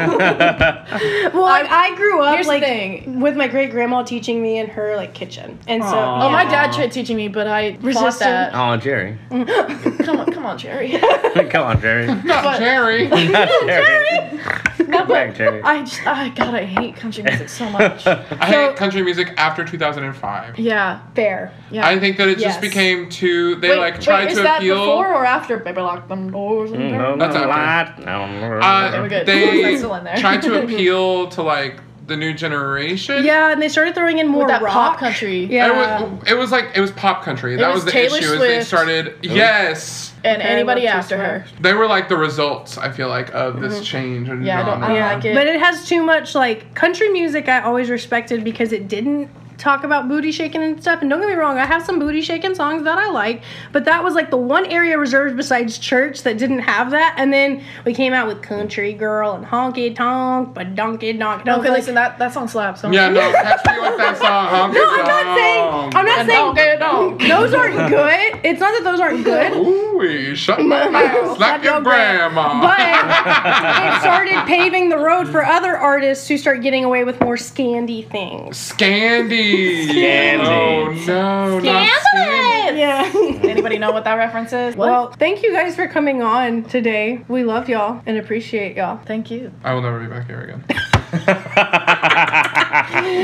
A: Well, like, I grew up
C: Here's the
A: like
C: thing.
A: with my great grandma teaching me in her like kitchen, and so
D: Aw.
C: Oh,
A: yeah.
C: my dad tried teaching me, but I resist
A: Resisted.
C: that.
B: Oh, Jerry.
C: Come on, <laughs> come on,
B: Oh.
C: Jerry.
B: <laughs> Come on,
C: <laughs>
B: Jerry.
D: Not Jerry. <laughs>
B: Not Jerry. Come back, Jerry.
C: I just, I God, I hate country music so
B: <laughs>
C: much.
D: I hate country music after 2005.
C: Yeah,
A: <laughs> fair.
C: yeah.
D: I think that it
A: Yes.
D: just became too. They
C: wait,
D: like tried
C: wait, is
D: to
C: that
D: appeal.
C: before or after Baby Lock Them Doors? and
B: Mm,
C: Barrel?
B: no,
D: That's
B: no,
D: after.
B: what? No, no, no,
D: Uh,
C: There we go.
D: They
C: That's still in there.
D: tried
C: <laughs>
D: to appeal to like the new generation.
A: Yeah, and they started throwing in more
C: With that
A: rock
C: pop country.
A: Yeah.
D: It was, it was like it was pop country. that
C: was
D: was, the
C: Taylor
D: issue. Is they
C: Swift.
D: started. Yes,
C: And
A: Okay,
C: anybody
A: let's
C: after
A: just
C: her.
D: they were like the results. I feel like of this change and
C: Mm-hmm. Yeah, I don't- I don't like it.
A: But it has too much like country music. I always respected because it didn't talk about booty shaking and stuff. And don't get me wrong, I have some booty shaking songs that I like, but that was like the one area reserved besides church that didn't have that. And then we came out with country girl and honky tonk, but donkey donk.
C: Okay,
A: like-
C: listen, that, that song slaps.
D: Yeah, no, catch me with that
C: <laughs>
D: song.
A: No, I'm not saying. I'm not saying.
C: Don't get it on.
A: Those aren't good. It's not that those aren't good.
D: Ooh, shut my mouth like your grandma.
A: But it
D: <laughs>
A: started paving the road for other artists who start getting away with more scandy things.
D: Scandy.
B: Scandy.
D: Oh no, not Scandy.
A: Yeah.
C: Anybody know what that reference is?
A: Well, thank you guys for coming on today. We love y'all and appreciate y'all.
C: thank you.
D: I will never be back here again.
B: <laughs>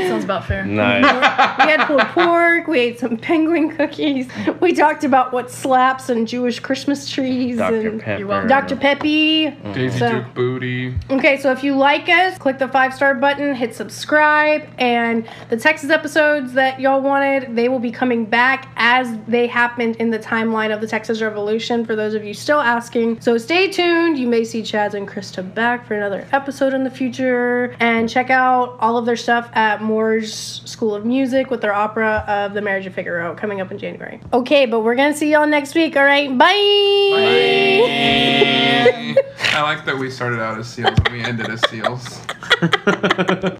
C: sounds about fair.
B: nice.
A: We had pulled pork, we ate some penguin cookies, we talked about what slaps and Jewish Christmas trees
B: Dr.
A: and
B: Pepper.
C: welcome.
A: Dr. Peppy.
D: Daisy
A: So-
D: Duke booty.
A: Okay, so if you like us, click the five star button, hit subscribe, and the Texas episodes that y'all wanted, they will be coming back as they happened in the timeline of the Texas Revolution for those of you still asking. So stay tuned. You may see Chaz and Krista back for another episode in the future. And check out all of their stuff at Moore's School of Music with their opera of The Marriage of Figaro coming up in January. Okay, but we're gonna see y'all next week, all right? Bye.
B: <laughs>
D: I like that we started out as seals and we ended as seals.